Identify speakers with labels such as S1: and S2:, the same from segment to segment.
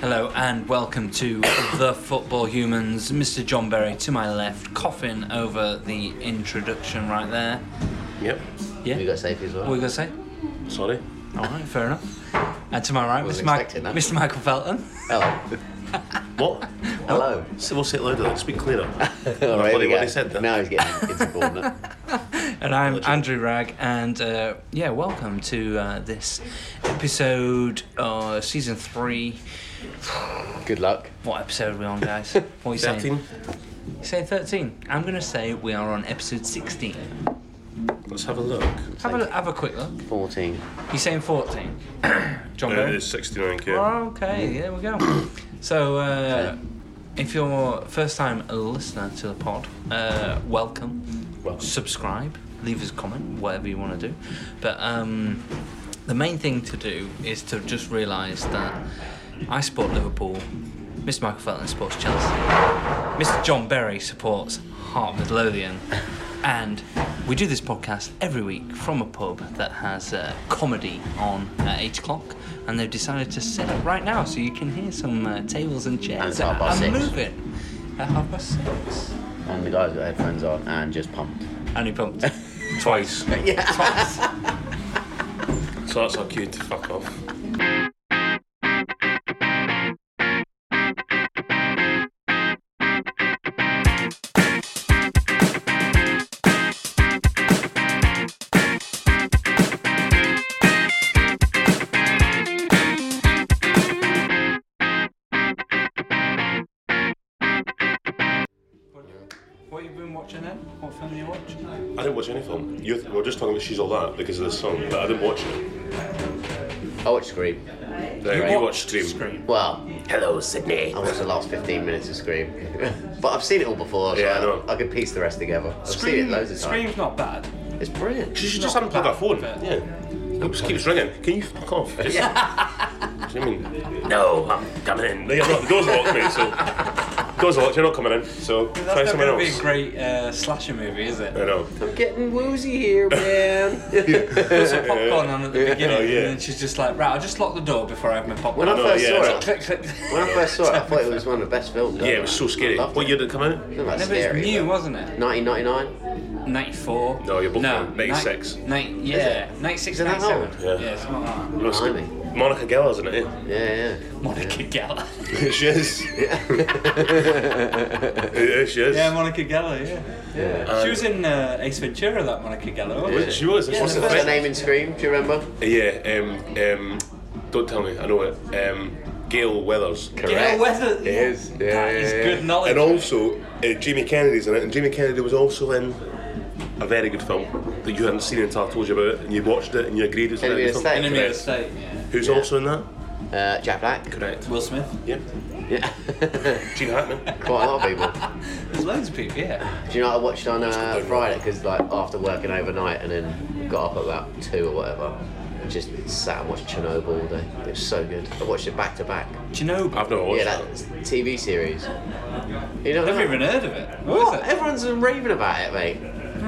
S1: Hello and welcome to The Football Humans. Mr. John Berry to my left, coughing over the introduction right there.
S2: Yep.
S1: Yeah?
S2: You got safe as well.
S1: What are you going to say?
S2: Sorry.
S1: Alright, fair enough. And to my right, Mr.
S2: Wasn't
S1: Mi-
S2: expecting that.
S1: Mr. Michael Felton.
S2: Hello.
S3: What?
S2: Oh, Hello.
S3: So we'll say it louder. Let's be clearer.
S1: Oh.
S2: All right,
S3: what he-
S2: we
S3: what
S2: go.
S3: he said then.
S2: Now he's getting insubordinate.
S1: And I'm Andrew Ragg, and uh, yeah, welcome to uh, this episode, uh, season three.
S2: Good luck.
S1: What episode are we on, guys? What are you saying?
S3: Thirteen.
S1: You say 13. I'm going to say we are on episode 16.
S3: Let's have a look.
S1: Have a, have a quick look.
S2: 14.
S1: You're saying 14? John
S3: Uh,
S1: Barry?
S3: it's 69k.
S1: Oh, okay, there we go. So, uh,
S2: Okay.
S1: if you're first time a listener to the pod, uh, welcome.
S2: Welcome.
S1: Subscribe, leave us a comment, whatever you want to do. But um, the main thing to do is to just realise that I support Liverpool, Mr. Michael Felton supports Chelsea, Mr. John Berry supports Heart Midlothian, and we do this podcast every week from a pub that has uh, comedy on at 8 o'clock. And they've decided to set up right now so you can hear some uh, tables and chairs
S2: it's half
S1: are-
S2: past
S1: are
S2: six.
S1: moving. At half past six.
S2: And the guy's got headphones on and just pumped.
S1: And he pumped.
S3: Twice.
S2: Yeah.
S3: So that's our cue to fuck off.
S1: What have you been watching then? What film are you watching?
S3: I didn't watch any film. You we were just talking about She's All That because of this song, but I didn't watch it.
S2: I watched Scream.
S3: Right, You, watched Scream.
S2: Well,
S3: Hello, Sydney.
S2: I watched the last 15 minutes of Scream. but I've seen it all before, so
S3: Yeah, I know.
S2: I, could piece the rest together. I've seen it loads of times.
S1: Scream's not bad.
S2: It's brilliant.
S3: She should just
S1: Not
S3: unplug her phone.
S1: bad.
S3: Yeah. It just keeps ringing. Can you fuck off? Just, Do you know what I mean? No, I'm coming in. No, you're not. The door's locked, mate, so... door's locked, you're not coming in, so try
S1: That's not
S3: someone
S1: going to be
S3: else.
S1: a great uh, slasher movie, is it?
S3: I know.
S2: I'm getting woozy here, man.
S1: There's a popcorn on at the beginning,
S3: Oh, yeah.
S1: and then she's just like, right, I'll just lock the door before I open my popcorn.
S2: When I
S3: know,
S2: first
S3: yeah,
S2: saw
S3: right.
S2: it,
S1: click, click.
S2: when I first saw it, I thought it was one of the best films.
S3: Yeah, it was so scary.
S2: I loved
S3: What
S2: it.
S3: year did it come out?
S2: Nothing like
S1: Never it's
S2: scary,
S1: new,
S2: but-
S1: wasn't it?
S2: 1999?
S1: 94.
S3: No, you're both
S1: no,
S3: wrong. 96.
S1: Ni- ni- yeah, 96,
S2: Is it that
S1: 97.
S2: old?
S1: Yeah,
S3: Yeah.
S1: something like that.
S3: No, it's-
S2: Blimey.
S3: Monica Geller's in it, eh?
S2: Yeah, yeah.
S1: Monica Geller.
S3: she is. yeah, she is.
S1: yeah, Monica Geller, yeah. yeah. she was in uh, Ace Ventura, that Monica Geller, wasn't
S3: She was.
S1: Yeah,
S3: What's
S1: the
S3: the
S2: What's her
S1: first-
S3: thing?
S2: name in Scream? Do you remember?
S3: Yeah, um, um, don't tell me. I know it. Um, Gail Weathers.
S1: she? Yeah, Weather.
S3: is,
S1: That is good knowledge.
S3: And also, uh, Jamie Kennedy's in it, and Jamie Kennedy was also in a very good film that you hadn't seen until I told you about it, and you watched it and you agreed it was a
S2: Enemy
S3: very
S2: of
S3: good
S2: the
S3: film.
S2: State.
S1: Enemy of the
S3: Correct.
S1: State, yeah.
S3: Who's also in that?
S2: Uh, Jack Black?
S3: Correct.
S1: Will Smith.
S3: Yeah.
S2: Yeah.
S3: Gene Hackman.
S2: Quite a lot of people.
S1: There's loads of people, yeah.
S2: Do you know what I watched on uh,
S3: good.
S2: Friday? Because like after working overnight and then got up at about two or whatever, and just sat and watched Chernobyl all day. It was so good. I watched it back to back.
S1: Do you know?
S3: I've never watched
S2: Yeah,
S3: that.
S2: that TV series. You know
S1: I've
S2: that?
S1: never even heard of it. What
S2: What?
S1: is it?
S2: Everyone's raving about it, mate.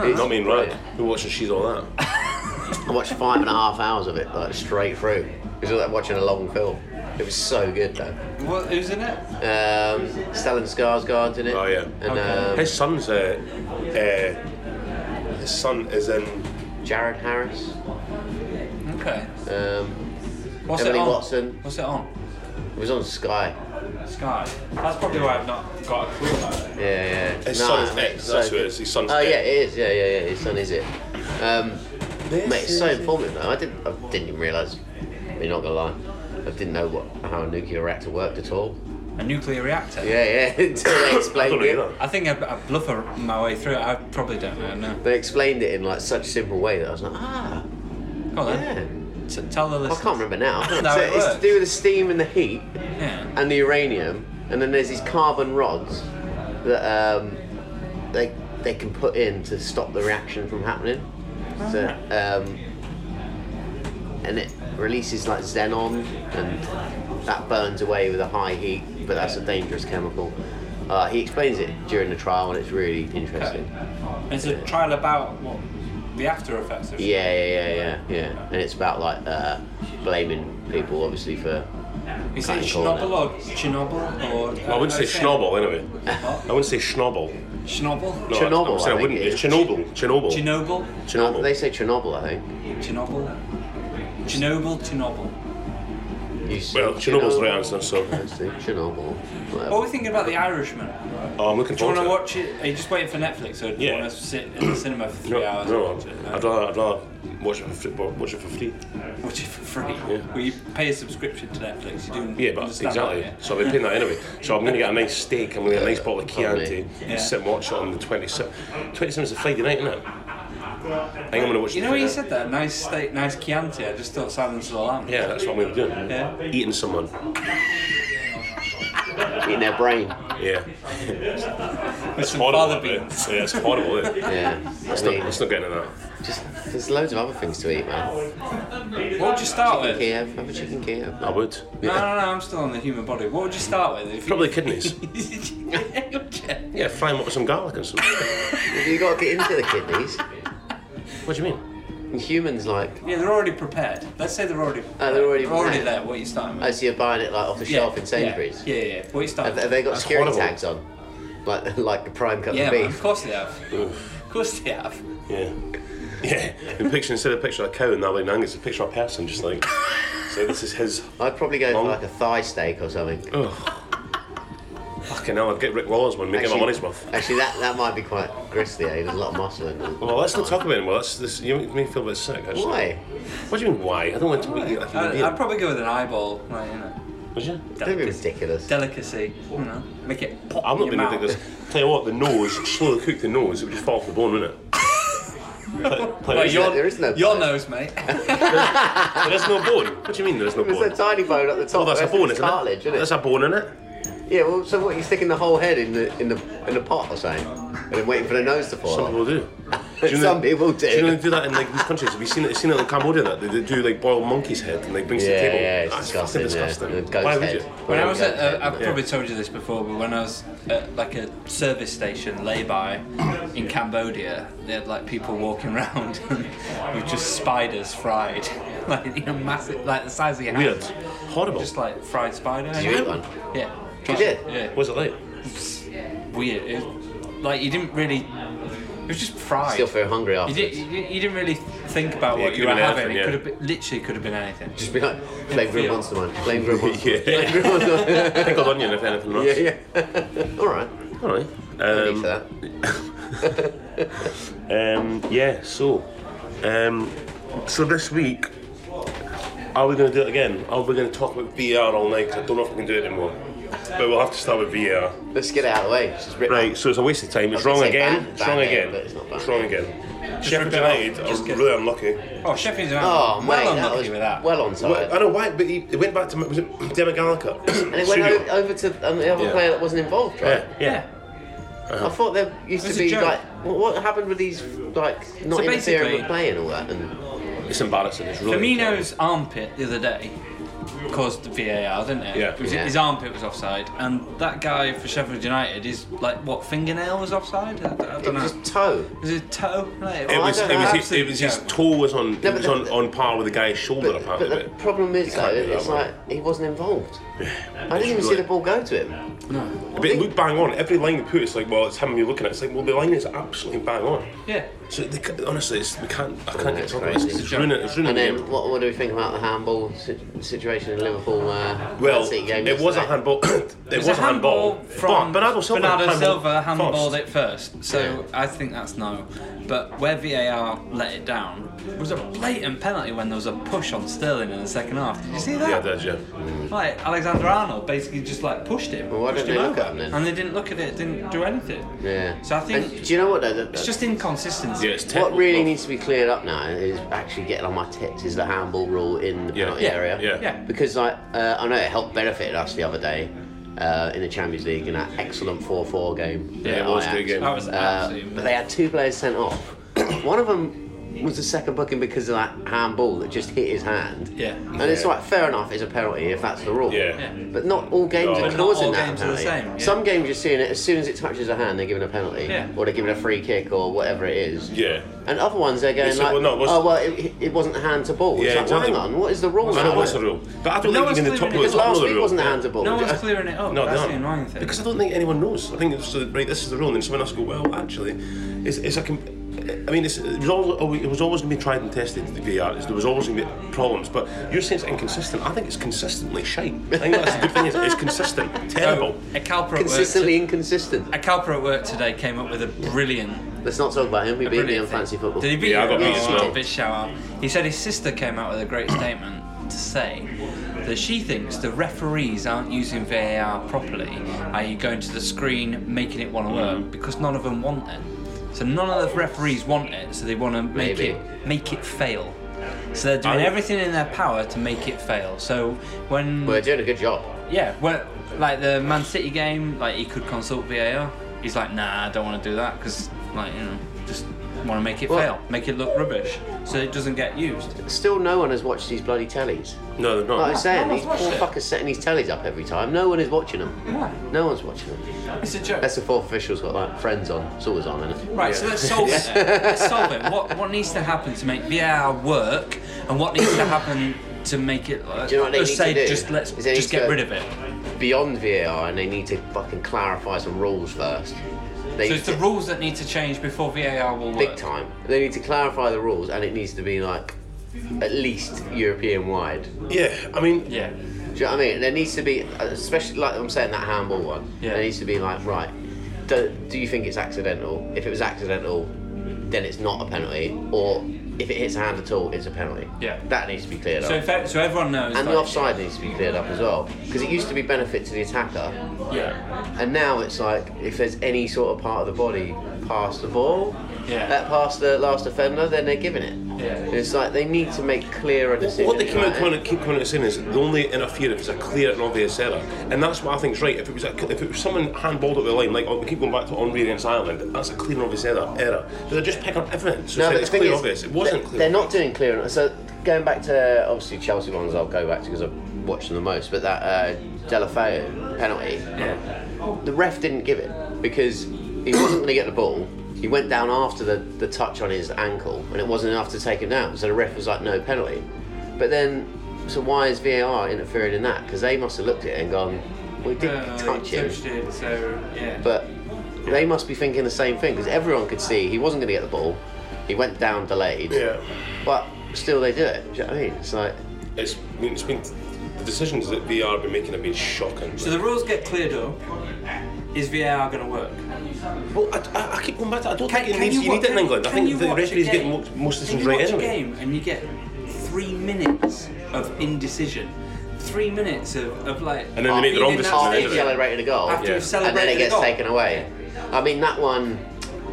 S2: It's
S3: Not me and Ryan.
S2: brilliant.
S3: We're watching She's All That.
S2: I watched five and a half hours of it, like straight through. It was like watching a long film. It was so good though.
S1: What, who's in it?
S2: Um, Stellan Skarsgård's in it.
S3: Oh, yeah.
S2: And
S1: Okay.
S2: um,
S3: His son's uh, uh, his son is in
S2: Jared Harris.
S1: Okay.
S2: Um,
S1: What's
S2: Emily
S1: it on?
S2: Watson.
S1: What's it on?
S2: it was on Sky.
S1: Sky. That's probably why I've not got a clue about it.
S2: Yeah, yeah.
S3: His
S2: No,
S3: son is
S2: mate,
S3: X, that's
S2: so
S3: who it
S2: good.
S3: is. His son's
S2: Oh
S3: X.
S2: yeah, it is. Yeah, yeah, yeah. His son is it. Um, mate, it's so informative though. I didn't, I didn't even realise. You're not gonna lie, I didn't know what how a nuclear reactor worked at all.
S1: A nuclear reactor.
S2: Yeah, yeah. Until they
S3: I
S2: explained
S3: don't
S2: it.
S3: know
S1: I think I, I bluff a- my way through it. I probably don't know. No.
S2: They explained it in like such a simple way that I was like, ah,
S1: Go on
S2: yeah.
S1: then. T- tell the
S2: I
S1: listeners.
S2: can't remember now.
S1: No,
S2: So
S1: it
S2: it's
S1: works.
S2: to do with the steam and the heat
S1: Yeah.
S2: and the uranium, and then there's these carbon rods that um, they they can put in to stop the reaction from happening. So, um, and it releases like xenon, and that burns away with a high heat, but that's a dangerous chemical. Uh, he explains it during the trial, and it's really interesting.
S1: It's a trial about what
S4: the after effects of
S2: Yeah, yeah, yeah, yeah, yeah. And it's about like uh, blaming people, obviously, for.
S4: Is it
S2: Cutting
S4: Schnobel
S2: corner.
S4: or Chernobyl or?
S3: I
S1: uh,
S3: wouldn't say Schnobel anyway. I wouldn't say Schnobel.
S4: Schnobel.
S3: No,
S2: Chernobyl,
S3: I'm saying
S2: I
S3: I wouldn't.
S2: think it
S3: It's
S2: is.
S3: Chernobyl. Chernobyl.
S4: Chernobyl.
S2: Uh,
S3: Chernobyl.
S2: they say Chernobyl, I think.
S4: Chernobyl. Chernobyl. Chernobyl.
S2: You s-
S3: Well, Chernobyl's the right answer, so-
S2: I see. Chernobyl. Whatever.
S4: What are we thinking about The Irishman?
S3: oh, I'm looking
S4: Do you
S3: forward
S4: want
S3: to
S4: to
S3: it.
S4: watch it? Are you just waiting for Netflix, or do you
S3: Yeah.
S4: want to sit in the cinema for three
S3: No,
S4: hours?
S3: no,
S4: and watch it?
S3: I'd rather, I'd rather watch it for free. Watch it for free.
S4: Watch it for free.
S3: Yeah.
S4: Well, you pay a subscription to Netflix. You do.
S3: Yeah, but
S4: understand
S3: exactly.
S4: that, yeah.
S3: So I've been paying that anyway. So I'm going to get a nice steak. I'm going to get a nice bottle of Chianti.
S4: Yeah.
S3: Sit and watch it on the 27th. 27th is a Friday night, isn't it? I think I'm going to watch.
S4: You
S3: it
S4: know when you
S3: Friday
S4: said that nice steak, nice Chianti. I just thought Silence of the Lambs.
S3: night. Yeah, that's what I'm going to be doing.
S4: Yeah.
S3: Eating someone.
S2: In their brain.
S3: Yeah.
S4: With some
S3: Horrible.
S4: fava
S3: isn't it?
S4: beans.
S3: Yeah, it's horrible. Isn't it?
S2: Yeah.
S3: Let's
S2: I
S3: not,
S2: mean,
S3: let's not get into that.
S2: just, there's loads of other things to eat, man.
S4: What would you start with?
S2: Kiev, have a chicken Kiev.
S3: I would.
S4: No, no, no. I'm still on the human body. What would you start with? If
S3: Probably kidneys.
S4: You...
S3: Yeah, fry them up with some garlic and some.
S2: You got to get into the kidneys.
S3: What do you mean?
S2: And humans, like,
S4: yeah, they're already prepared. Let's say they're already.
S2: Oh, they're already prepared.
S4: there. What are you starting with?
S2: as you're buying it like off the shelf in Sainsbury's.
S4: Yeah, yeah. yeah. What are you starting
S2: Have, have
S4: with?
S2: they got
S3: That's
S2: security
S3: horrible.
S2: tags on? Like, like the prime cut
S4: Yeah,
S2: of
S4: man, of
S2: beef.
S4: course they have.
S3: Oof.
S4: Of course they have.
S3: Yeah. Yeah. In picture instead of a picture of a cow in that way, Nangus, a picture of a person, just like. So this is his.
S2: I'd probably go
S3: Long.
S2: for like a thigh steak or something.
S3: Oh. Fucking hell, I'd get Rick Wallace one, make it my money's worth.
S2: actually, that, that might be quite gristly. Eh? There's a lot of muscle in it.
S3: Well, let's not talk about it anymore. That's, this, you make me feel a bit sick, actually.
S2: Why?
S3: What do you mean, why? I don't want to be like a
S4: I'd, I'd
S3: beer.
S4: probably go with an eyeball, like, you know,
S3: Would you?
S2: Don't be
S4: delicacy.
S2: ridiculous.
S4: delicacy, you know, make it pop
S3: I'm
S4: in
S3: not
S4: your
S3: being
S4: mouth.
S3: ridiculous. Tell you what, the nose, slowly cook the nose, it would just fall off the bone, wouldn't it? Like,
S4: Well,
S3: like,
S4: your,
S2: there is no
S4: your
S2: bone.
S4: nose, mate.
S3: there is no bone. What do you mean there is no
S2: There's a
S3: bone?
S2: tiny bone at the top.
S3: Oh, that's a
S2: the rest
S3: bone,
S2: is
S3: isn't
S2: cartilage,
S3: it?
S2: isn't it?
S3: That's a bone in it.
S2: Yeah. Well, so what? You're sticking the whole head in the in the in the pot or something, and then waiting for the nose to fall
S3: Some
S2: off.
S3: people do.
S2: Some people do.
S3: Do you know they do that in like these countries? Have you seen it? Seen it in Cambodia that they, they do like boil monkey's head and they bring it to the
S2: Yeah,
S3: table.
S2: yeah, it's
S3: That's
S2: disgusting.
S3: fucking
S2: yeah.
S3: disgusting.
S2: And goat's
S3: Why would
S2: head.
S3: you?
S4: When I
S2: Yeah,
S4: was
S2: goat's
S4: at,
S2: head.
S4: uh, I've probably told you this before, but when I was at like a service station lay-by in Cambodia, they had like people walking around with just spiders fried, like you know, massive, like the size of your hand.
S3: Weird. Horrible.
S4: Just like fried spider.
S2: Did you eat one?
S4: Yeah.
S2: You did?
S4: Yeah.
S3: What's it like?
S4: weird. It, like you didn't really. It was just fried.
S2: Still feel hungry
S4: you,
S2: afterwards.
S4: did, you, didn't- you didn't really think about
S3: Yeah, it
S4: what you
S3: could
S4: were
S3: have been anything,
S4: having. It
S3: yeah.
S4: could have been, literally could have been anything.
S2: Just be like flame grill
S4: feel.
S2: monster man. Flame grill monster.
S3: Yeah.
S2: Flame grill monster.
S3: Pickled onion, if anything. Else.
S2: yeah, yeah. All right.
S3: All right.
S2: Ready
S3: Um,
S2: for that.
S3: Um, yeah, so. Um, so this week, are we going to do it again? Are we going to talk about VR all night? 'Cause I don't know if we can do it anymore. But we'll have to start with VR.
S2: Let's get it out of the way. Just rip
S3: Right, so it's a waste of time. It's
S2: I was
S3: wrong
S2: gonna say
S3: again.
S2: ban-
S3: it's wrong
S2: ban it,
S3: again.
S2: but it's not ban
S3: It's wrong
S2: it.
S3: again. Sheffield
S4: rip it off.
S3: United
S4: Just
S3: are
S4: get-
S3: really unlucky.
S4: Oh, Sheffield's
S2: Oh,
S4: well
S2: mate, that
S4: unlucky
S2: was
S4: with that.
S2: well on time.
S3: Well, I know why, but he, he went back to was it Demi Gallagher.
S2: and it went
S3: Studio.
S2: over, over to um, the other
S3: Yeah.
S2: player that wasn't involved, right?
S3: Yeah, yeah.
S2: I thought there used
S4: uh-huh. It's
S2: to
S4: a
S2: be
S4: joke.
S2: like, what, what happened with these like not
S4: So
S2: interfering
S4: basically-
S2: with play and all that? And
S3: It's embarrassing. It's really.
S4: Firmino's armpit the other day caused the VAR, didn't it?
S3: Yeah.
S4: It was-
S2: Yeah.
S4: His armpit was offside, and that guy for Sheffield United, his like what fingernail was offside? I, I
S2: it
S4: don't know.
S2: was just toe.
S4: was it toe? Like,
S3: It
S2: Oh, I
S3: was,
S2: don't
S3: it
S2: know.
S3: was, his,
S4: Absolute
S3: it was his
S4: joke.
S3: toe was on it
S2: but
S3: was
S2: the-
S3: on, on par with the guy's shoulder
S2: But,
S3: apparently.
S2: but the
S3: but-
S2: problem is though,
S3: can't do that,
S2: it's
S3: man.
S2: like he wasn't involved. I
S3: It's
S2: didn't even see
S3: really-
S2: the ball go to him.
S3: But it looked bang on. Every line they put, it's like, well, it's him you're looking at. It's like, well, the line is absolutely bang on.
S4: Yeah.
S3: So they, ca- honestly, it's, we can't. I can't get
S2: That's
S3: talking about
S2: crazy.
S3: this. It's ruining. It's ruining
S2: And
S3: the
S2: then
S3: game.
S2: what, what do we think about the handball si- situation in Liverpool? Uh, Man
S3: Well,
S2: City game
S3: it was a
S2: yesterday?
S3: handball. it,
S4: It
S3: was
S4: was
S3: a handball.
S4: from
S3: but Bernardo Silva,
S4: Bernardo
S3: handballed
S4: Silva handballed
S3: first.
S4: it first, so I think that's no. But where VAR let it down was a blatant penalty when there was a push on Sterling in the second half. Did you see that?
S3: Yeah, I did, yeah.
S4: Like Alexander Arnold basically just like pushed him.
S2: Well, why
S4: pushed
S2: didn't
S4: him
S2: they look
S4: over.
S2: at him then?
S4: And they didn't look at it, didn't do anything.
S2: Yeah.
S4: So I think-
S2: And do you know what though? that-
S4: It's just inconsistency.
S3: Yeah, it's
S2: What
S3: technical.
S2: really needs to be cleared up now is actually getting on my tits is the handball rule in the
S3: Yeah,
S2: penalty
S3: yeah,
S2: area.
S3: yeah.
S4: Yeah.
S2: Because like uh, I know it helped benefit us the other day uh, in the Champions League in that excellent four-four game.
S3: Yeah, it was a good game.
S4: That was
S2: Uh,
S4: absolutely.
S2: but they had two players sent off. One of them was the second booking because of that handball that just hit his hand.
S4: Yeah.
S2: And it's like fair enough, it's a penalty if that's the rule.
S3: Yeah.
S4: Yeah.
S2: But not all games
S3: No.
S2: are
S3: But
S4: not all
S2: causing that.
S4: games are the
S2: penalty.
S4: same, yeah.
S2: Some games you're seeing it as soon as it touches a hand, they're giving a penalty,
S4: Yeah.
S2: or they're giving a free kick, or whatever it is.
S3: Yeah.
S2: And other ones they're going
S3: It's-
S2: like,
S3: well, no, it was-
S2: oh well, it, it wasn't hand to ball.
S3: Yeah,
S2: it's like, well,
S3: exactly.
S2: hang on, what is the rule?
S3: I
S2: now
S3: know what's the
S2: then?
S3: rule. But I don't
S4: No
S3: think
S4: one's
S3: even the
S4: clearing
S3: top
S4: it
S3: rule is
S4: because
S3: not
S2: Last
S3: another
S2: week
S3: rule.
S2: wasn't
S3: Yeah.
S2: hand to ball.
S4: No
S2: was
S4: one's
S2: it?
S4: clearing it up.
S3: No,
S4: That's
S3: they
S4: the
S3: aren't.
S4: annoying thing.
S3: Because I don't think anyone knows. I think it's the, right. This is the rule, and then someone else go, well, actually, it's, it's a. Com- I mean, it's, it was always, it was always going to be tried and tested. The VR, there was always going to be problems. But you're saying it's inconsistent. I think it's consistently shite. I think that's the good thing is it's consistent. Terrible.
S4: A Calper at work.
S2: Consistently
S4: To,
S2: inconsistent.
S4: a Calper at work today came up with a brilliant
S2: Let's not talk about him. We beat me on
S4: Brilliant
S2: fancy
S4: thing.
S2: football.
S4: Did he beat
S3: Yeah, I
S4: you?
S3: got beat as
S4: Oh,
S3: well.
S4: Big shout out. He said his sister came out with a great statement to say that she thinks the referees aren't using VAR properly, i.e., going to the screen, making it want to work, because none of them want it. So none of the referees want it, so they want to make
S2: Maybe.
S4: it make it fail. So they're doing
S3: I-
S4: everything in their power to make it fail. So when
S2: We're doing a good job.
S4: yeah, well, like the Man City game, like he could consult VAR. He's like, nah, I don't want to do that because, like, you know, just want to make it
S2: Well-
S4: fail, make it look rubbish, so it doesn't get used.
S2: Still, no one has watched these bloody tellies.
S3: No, they're
S2: Like I
S3: not.
S2: was saying,
S4: no
S2: these
S4: one's
S2: poor
S4: watched it.
S2: fuckers setting these tellies up every time. No one is watching them.
S4: Yeah,
S2: No one's watching them.
S4: it's a joke.
S2: That's the fourth official's got like friends on. It's always on, isn't it?
S4: right, so let's solve it. then. Let's solve it. What what needs to happen to make VAR work, and what needs to happen to make it? Uh,
S2: Do you know what they
S4: just
S2: need to
S4: say,
S2: do?
S4: just let's
S2: Is they need
S4: just
S2: to
S4: get
S2: go-
S4: rid of it.
S2: Beyond VAR, and they need to fucking clarify some rules first. They
S4: So
S2: need
S4: it's the
S2: to-
S4: rules that need to change before VAR will work.
S2: big time. They need to clarify the rules, and it needs to be like at least European wide.
S3: Yeah, I mean,
S4: Yeah.
S2: Do you know what I mean? There needs to be, especially like I'm saying that handball one.
S4: Yeah.
S2: There needs to be like, right, do, do you think it's accidental? If it was accidental, then it's not a penalty. Or if it hits a hand at all, it's a penalty.
S4: Yeah.
S2: That needs to be cleared
S4: So
S2: up.
S4: if, e, so everyone knows.
S2: And the
S4: like-
S2: offside needs to be cleared up as well, because it used to be benefit to the attacker,
S4: Yeah.
S2: and now it's like if there's any sort of part of the body past the ball,
S4: Yeah.
S2: that past the last defender, then they're giving it.
S4: Yeah.
S2: And It's like they need to make clearer decisions.
S3: what they keep on
S2: about it.
S3: coming, keep coming and saying is the only interference is a clear and obvious error, and that's what I think is right. If it was a, if it was someone handballed over the line, like oh, we keep going back to Henri against Ireland, that's a clear and obvious error. Error. But they're just picking up everything, so it's, like, it's clear and obvious. It wasn't
S2: they-
S3: clear.
S2: They're
S3: and
S2: not
S3: obvious.
S2: doing clear. and- So going back to obviously Chelsea ones, I'll go back to because I've watched them the most. But that uh, Delafeo penalty,
S4: Yeah.
S2: the ref didn't give it because he wasn't going to get the ball. He went down after the, the touch on his ankle, and it wasn't enough to take him down. So the ref was like, no penalty. But then, so why is VAR interfering in that? Because they must have looked at it and gone, we didn't
S4: Uh,
S2: touch
S4: he
S2: him
S4: touched it, so yeah.
S2: but they must be thinking the same thing because everyone could see he wasn't going to get the ball. He went down delayed.
S3: Yeah.
S2: But still, they do it. Do you know what I mean? It's like
S3: It's, I mean, it's been the decisions that VR have been making have been shocking.
S4: So the rules get cleared up. Is VAR going to work?
S3: well, I, I, I keep going back to I don't
S4: Can,
S3: think it
S4: can
S3: needs,
S4: you,
S3: you,
S4: watch-
S3: need it in
S4: can-
S3: England. I
S4: can you
S3: think the
S4: watch a
S3: referees get
S4: game-
S3: mo- most
S4: can
S3: decisions
S4: you
S3: right
S4: watch
S3: anyway.
S4: a game and you get three minutes of indecision. Three minutes of, of like.
S3: And then they make the wrong
S4: being in that
S3: decision
S2: after
S3: they do
S2: he
S3: it.
S4: stadium.
S2: celebrated a goal,
S4: After
S3: Yeah.
S4: you've
S2: and then
S4: celebrated
S2: it gets
S4: a goal.
S2: taken away. I mean, that one.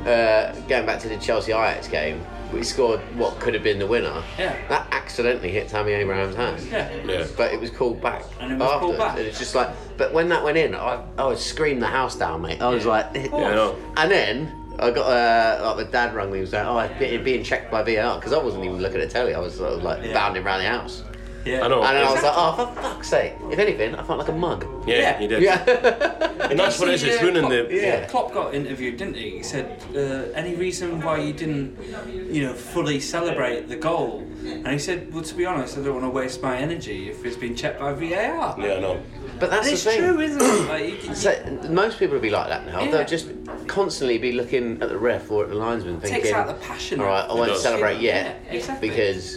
S2: Uh, going back to the Chelsea Ajax game, we scored what could have been the winner.
S4: Yeah.
S2: That accidentally hit Tammy Abraham's hand.
S4: Yeah.
S3: Yeah.
S2: But it was called back.
S4: And it was called
S2: afterwards.
S4: back.
S2: And it's just like, but when that went in, I, I was screaming the house down, mate. I was like,
S3: I know.
S2: and then I got uh, like my dad rang me. He was like, "Oh, it's be- being checked by VAR," because I wasn't even looking at telly. I was sort of like
S4: Yeah.
S2: bounding around the house,
S4: Yeah.
S3: I know.
S2: and then I was
S3: Exactly.
S2: like, "Oh, for fuck's sake!" If anything, I felt like a mug.
S3: yeah,
S4: Yeah.
S3: you did.
S2: Yeah.
S3: And that's what it is,
S4: See,
S3: it's
S4: uh,
S3: ruining
S4: Klopp-
S3: the.
S2: yeah.
S4: Klopp got interviewed, didn't he? He said, uh, "Any reason why you didn't, you know, fully celebrate the goal?" And he said, "Well, to be honest, I don't want to waste my energy if it's been checked by VAR."
S3: Yeah, I know.
S2: but that's
S4: And it's
S2: the thing.
S4: true, isn't it? Like, you- you-
S2: So most people would be like that now.
S4: Yeah.
S2: They'll just constantly be looking at the ref or at the linesman, thinking,
S4: takes out the passion
S2: "All right, I
S4: of
S2: won't
S3: does.
S2: celebrate yet
S4: Yeah, exactly.
S2: because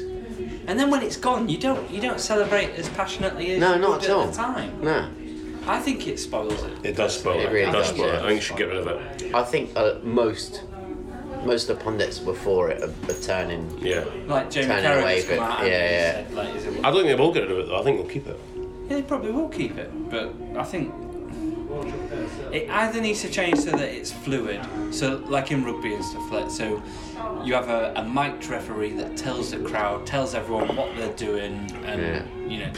S4: And then when it's gone, you don't you don't celebrate as passionately as
S2: no,
S4: you
S2: not
S4: did
S2: at all.
S4: the time.
S2: No,
S4: I think it spoils it.
S3: It does spoil it.
S2: really
S3: does
S2: does,
S3: spoil it.
S2: yeah.
S3: I think you should get rid of it.
S2: I think uh, most most of the pundits before it are, are turning.
S3: Yeah.
S4: Like Jamie
S2: Turning
S4: Carragher
S2: away
S4: has
S2: a bit,
S4: come out and
S2: yeah,
S4: he
S2: yeah.
S4: said, like, is it-
S3: I don't think they will get rid of it though. I think they'll keep it.
S4: yeah, they probably will keep it, but I think it either needs to change so that it's fluid, so like in rugby and stuff like so you have a, a mic'd referee that tells the crowd, tells everyone what they're doing, and
S2: Yeah.
S4: you know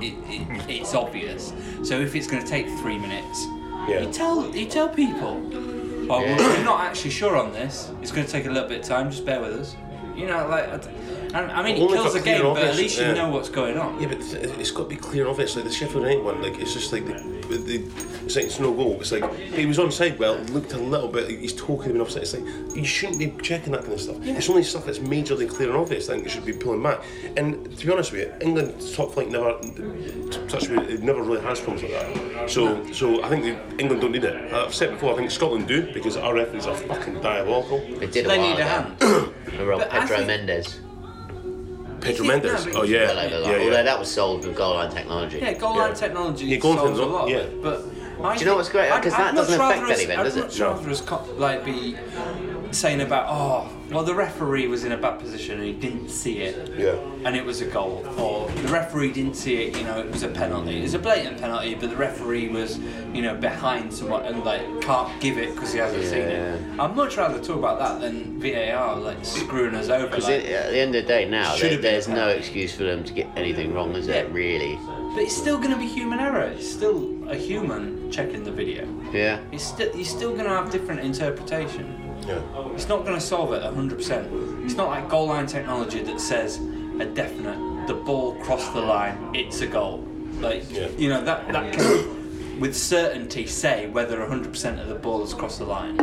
S4: it, it, it's obvious. So if it's going to take three minutes,
S3: Yeah.
S4: you tell you tell people. Oh, well,
S2: Yeah.
S4: we're not actually sure on this. It's going to take a little bit of time. Just bear with us. You know, like I, d- I- I mean, it
S3: Only
S4: kills
S3: for
S4: the game,
S3: clear
S4: but at
S3: obvious,
S4: least
S3: yeah.
S4: you know what's going on.
S3: Yeah, but it's, it's got to be clear and obvious. Like the Sheffield United one, like it's just like the, the it's like it's no goal. It's like he was onside. Well, it looked a little bit. Like he's talking him offside. It's like you shouldn't be checking that kind of stuff. It's only stuff that's majorly clear and obvious. I think you should be pulling back. And to be honest with you, England's top flight never touch wood, it never really has problems like that. So so I think the, England don't need it. I've said before. I think Scotland do because our referees are fucking diabolical.
S2: It did
S4: They
S2: a while
S4: need a
S2: ago.
S4: hand.
S2: Remember
S4: But I
S2: Pedro
S4: think-
S2: Mendes?
S3: Pedro
S4: Yeah,
S3: Mendes.
S4: no, but-
S3: Oh yeah,
S2: Well, over the line.
S3: yeah,
S2: Although
S3: yeah.
S2: that was solved with goal line technology.
S4: Yeah, goal line
S3: Yeah.
S4: technology
S3: Yeah, goal
S4: solves a
S3: lines,
S4: lot.
S3: yeah.
S4: But I
S2: Do you know what's great? 'Cause that doesn't affect
S4: anything,
S2: anything, does
S4: I'd
S2: it?
S4: much
S3: No.
S4: rather us co- like be saying about oh well the referee was in a bad position and he didn't see it.
S3: Yeah.
S4: And it was a goal, or the referee didn't see it. You know, it was a penalty. It's a blatant penalty, but the referee was, you know, behind someone and like can't give it because he hasn't seen it. I'd much rather talk about that than VAR like screwing us over.
S2: Because
S4: like-
S2: at the end of the day, now
S4: Should
S2: there,
S4: have been
S2: there's
S4: a
S2: no
S4: penalty.
S2: excuse for them to get anything wrong, is there?
S4: Yeah.
S2: Really?
S4: But it's still going to be human error. It's still a human checking the video.
S2: Yeah.
S4: It's still you're still going to have different interpretation.
S3: yeah.
S4: It's not going to solve it 100%. It's not like goal line technology that says a definite the ball crossed the line, it's a goal. Like
S3: Yeah.
S4: you know that that can with certainty say whether 100% of the ball has crossed the line.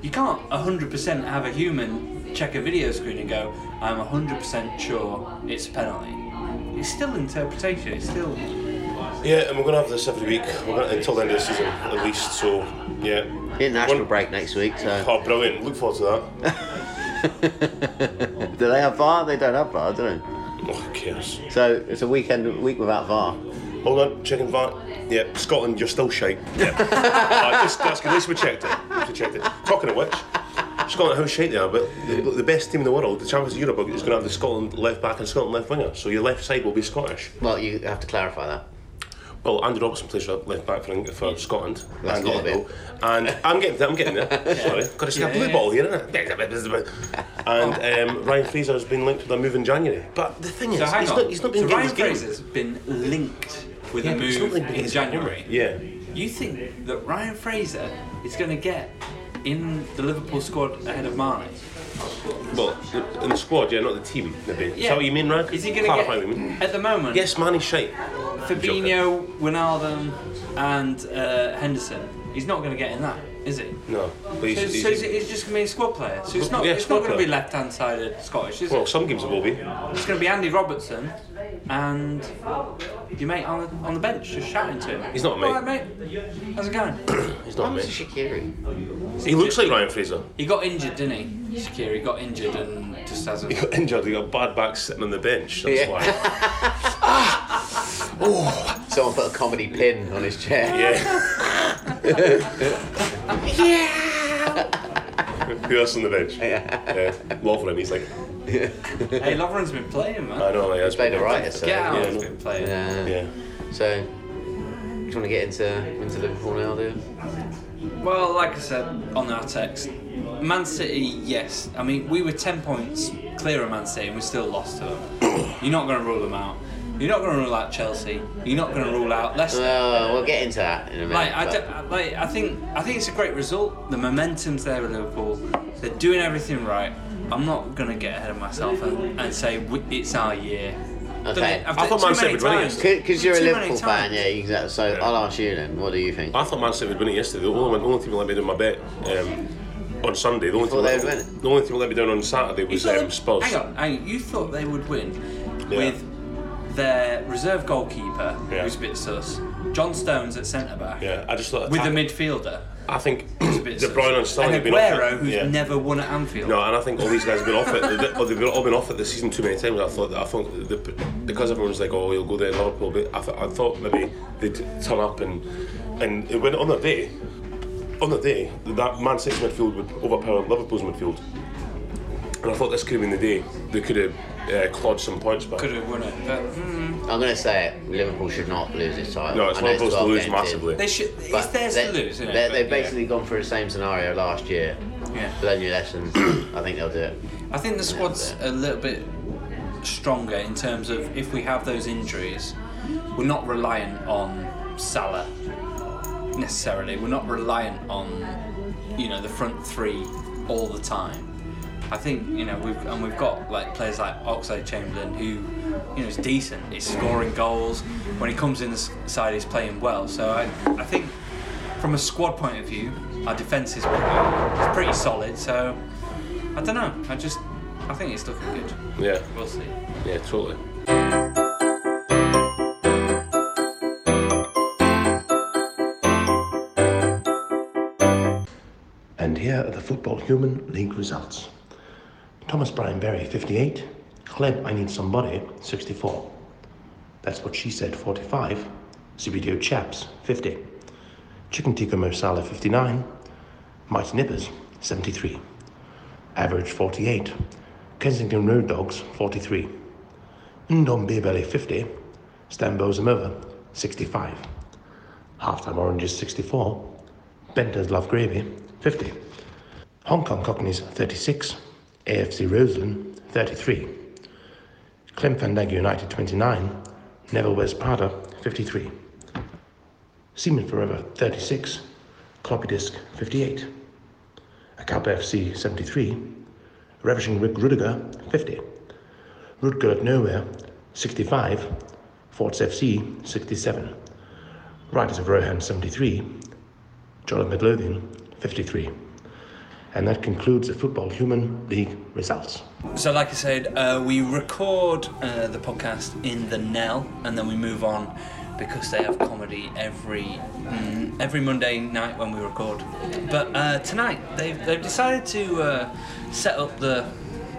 S4: You can't 100% have a human check a video screen and go I'm 100% sure it's a penalty. It's still interpretation. It's still
S3: Yeah, and we're going to have this every week. We're going to, until the end of the season, at least. So, yeah.
S2: International
S3: One-
S2: break next week, so.
S3: Oh, brilliant! Look forward to that.
S2: Do they have VAR? They don't have VAR, do they?
S3: Oh, who cares?
S2: So it's a weekend week without VAR.
S3: Hold on, checking VAT. Yeah, Scotland, you're still shite. Yeah. uh, just, that's good. At least we checked it. At least we checked it. Talking of which, Scotland, how shite they are, but the, the best team in the world, the champions of Europe, is going to have the Scotland left back and Scotland left winger. So your left side will be Scottish.
S2: Well, you have to clarify that.
S3: Well, Andy Robertson plays left back for, Eng- for Scotland.
S2: That's
S3: and
S2: not a bit.
S3: Liverpool. And I'm getting there. I'm getting there. Sorry, got to see a
S4: Yeah,
S3: blue
S4: yeah.
S3: ball here, isn't it? and um, Ryan Fraser has been linked with a move in January. But the thing is,
S4: So hang
S3: he's
S4: on.
S3: not. He's not been
S4: so
S3: getting his
S4: Ryan
S3: game.
S4: Fraser's been linked with
S3: Yeah,
S4: a
S3: but he's
S4: move
S3: not linked with
S4: in
S3: his
S4: January.
S3: Yeah.
S4: You think that Ryan Fraser is going to get in the Liverpool squad ahead of Marnie?
S3: Well, the- in the squad, yeah, not the team. Maybe. Is that what you mean, Ryan?
S4: Is he going to
S3: Clarify
S4: get
S3: what you mean.
S4: at the moment?
S3: Yes, man, he's shite.
S4: Fabinho, Wijnaldum, and uh, Henderson. He's not going to get in that, is he?
S3: No, but he's,
S4: So,
S3: he's,
S4: so he's, he's just going to be a squad player. So it's not.
S3: Yeah,
S4: it's
S3: squad
S4: not going to be
S3: player.
S4: left-hand sided Scottish, is
S3: well,
S4: it?
S3: some games it will be.
S4: It's going to be Andy Robertson and your mate on the, on the bench just shouting to him.
S3: He's not a mate.
S4: All right, mate. How's it going?
S3: He's not
S2: Who's
S3: mate.
S2: Shaqiri?
S3: He looks like Ryan Fraser.
S4: He got injured, didn't he? Shakiri He got injured and just hasn't.
S3: He got injured. He got a bad back sitting on the bench. That's
S2: Yeah.
S3: why.
S2: Someone put a comedy pin on his chair.
S3: Yeah. yeah. Who else on the bench? Yeah. Lovren, he's like,
S4: hey, Lovren's been playing, man.
S3: I know, like, that's
S2: Played a right, so.
S4: Get out,
S3: yeah,
S4: has
S3: no.
S4: been playing.
S2: Yeah.
S3: Yeah.
S2: So, do you want to get into into Liverpool now, do you?
S4: Well, like I said on our text, Man City, yes. I mean, we were 10 points clear of Man City and we still lost to them. You're not going to rule them out. You're not going to rule out Chelsea. You're not going to rule out Leicester.
S2: Well, we'll get into that in a minute.
S4: Like I,
S2: but-
S4: don't- I- like I think I think it's a great result. The momentum's there with Liverpool. They're doing everything right. I'm not gonna get ahead of myself and, and say "We- it's our year. I've done
S2: Okay.
S4: it- I've
S3: I
S4: done
S3: thought
S4: it too
S3: Man City
S4: many
S3: would win it
S4: times.
S2: Because you're a
S4: Too many
S2: Liverpool fan,
S4: times.
S2: yeah, exactly. So I'll ask you then. What do you think?
S3: I thought Man City would win it yesterday. The only, the only team that let me down my bet um, on Sunday, the only,
S2: thought
S3: team
S2: they would win
S3: that,
S2: it?
S3: the only team that let me down on Saturday
S4: You
S3: was
S4: thought
S3: um,
S4: they-
S3: Spurs.
S4: Hang on, hang on. You thought they would win
S3: Yeah.
S4: with their reserve goalkeeper,
S3: Yeah.
S4: who's a bit sus, John Stones at centre back,
S3: Yeah, I just thought.
S4: with the
S3: attack-
S4: midfielder,
S3: I think
S4: who's a bit
S3: De
S4: sus,
S3: Bruyne and Sterling have
S4: and
S3: been off it.
S4: Aguero, who's
S3: Yeah.
S4: never won at Anfield.
S3: No, and I think all these guys have been off it. They've, well, they've all been off it this season too many times. I thought that I thought the, because everyone's like, oh, he'll go there in Liverpool, but I, th- I thought maybe they'd turn up and and it went on their day. On the day, that Man City's midfield would overpower Liverpool's midfield, and I thought this could have been the day they could have uh, clawed some points back.
S4: Could have won it, but mm,
S2: I'm going to say it. Liverpool should not lose this title.
S3: No, it's
S2: I know
S3: Liverpool's to
S2: 12
S3: lose
S2: games in,
S3: massively.
S4: they should. It's
S2: but
S4: theirs
S2: they-
S4: to lose, isn't it?
S2: they- They've
S4: But, yeah.
S2: basically gone through the same scenario last year.
S4: Yeah.
S2: Learn your lessons. I think they'll do it.
S4: I think the squad's a little bit stronger in terms of if we have those injuries, we're not reliant on Salah necessarily. We're not reliant on you know the front three all the time. I think you know we've and we've got like players like Oxlade Chamberlain who you know is decent. He's scoring goals. When he comes in the s- side, he's playing well. So I I think from a squad point of view, our defence is it's pretty solid. So I don't know. I just I think it's looking good.
S3: Yeah,
S4: We'll see.
S3: yeah, totally.
S5: And here are the Football Human League results. Thomas Brian Berry, 58. Clem, I need somebody, 64. That's what she said, 45. Zubidio Chaps, 50. Chicken Tikka Mo Salah, 59. Mighty Nippers, 73. Average, 48. Kensington Road Dogs, 43. Ndom Beer Belly, 50. Stambo Zamova, 65. Halftime Oranges, 64. Bender's Love Gravy, 50. Hong Kong Cockneys, 36. AFC Roseland, 33. Clem Fandango United, 29. Neville West Prada, 53. Seaman Forever, 36. Cloppy Disc, 58. Acalpa FC, 73. Ravishing Rick Rudiger, 50. Rutger at Nowhere, 65. Forts FC, 67. Riders of Rohan, 73. John of Midlothian, 53. And that concludes the Football Human League results.
S4: So, like I said, uh, we record uh, the podcast in the Nell, and then we move on because they have comedy every mm, every Monday night when we record. But uh, tonight they've they've decided to uh, set up the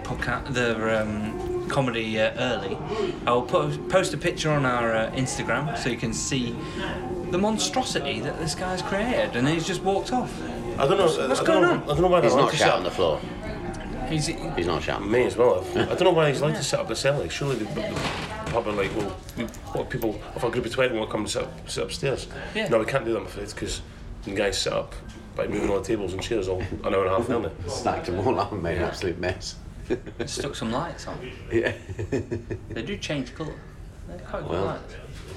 S4: podcast the um, comedy uh, early. I will put, post a picture on our uh, Instagram so you can see the monstrosity that this guy's created, and he's just walked off.
S3: I don't know. I-
S4: What's
S3: I don't
S4: going
S3: know,
S4: on?
S3: I don't know why
S2: He's
S3: they
S2: not
S3: like to set
S2: shouting the
S3: up.
S2: floor.
S4: He's
S2: He's not shouting.
S3: May as well. Have. I don't know why he's like to set up the cellar. Surely the, the pub are like, well, we, what people of our group of twenty will come to sit, up, sit upstairs.
S4: Yeah.
S3: No, we can't do that, I'm afraid, because the guys set up by moving all the tables and chairs all an hour and a half, don't they?
S2: Stacked them all up and made an absolute mess.
S4: stuck some lights on.
S2: Yeah.
S4: They do change colour. They're quite good
S2: Well.
S4: lights.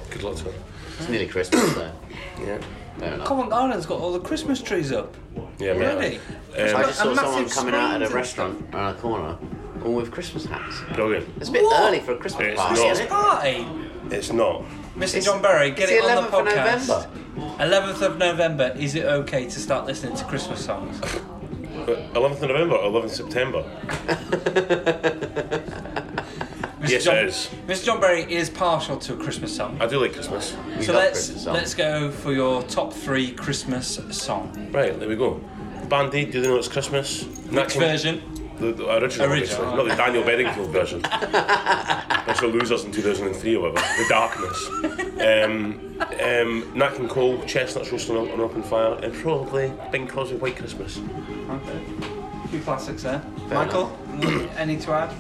S3: Good luck to him.
S2: It's nearly Christmas though.
S3: Yeah.
S2: Fair enough.
S4: Covent Garden's got all the Christmas trees up.
S3: Yeah, man.
S4: Really?
S2: I
S3: Um,
S2: just saw
S4: A
S2: someone
S4: massive
S2: coming out
S4: screens
S2: at a
S4: and
S2: restaurant around the corner, all with Christmas hats.
S3: brilliant.
S2: It's a bit
S4: What?
S2: early for a Christmas
S3: It's
S2: party,
S3: not.
S2: isn't it?
S4: Party!
S3: It's not.
S4: Mr.
S2: It's-
S4: John Berry, get
S2: it's
S4: it
S2: the
S4: on the
S2: 11th of
S4: podcast. 11th of November, is it okay to start listening to Christmas songs?
S3: But 11th Uh, of November or 11th September?
S4: Mr.
S3: Yes,
S4: John,
S3: it is.
S4: Mr. John Berry is partial to a Christmas song.
S3: I do like Christmas.
S4: so
S2: love
S4: let's
S2: Christmas songs.
S4: let's go for your top three Christmas song.
S3: Right, there we go. Band Aid, do they know it's Christmas? Which
S4: Version.
S3: The, the original, obviously.
S4: Original.
S3: Not the Daniel Bedingfield version. That's the losers in 2003 or whatever. The darkness. Um, um, Nat King Cole, Chestnuts Roasting on, on Open Fire, and probably Bing Crosby White Christmas.
S4: Okay. Few classics there. Michael, any to add?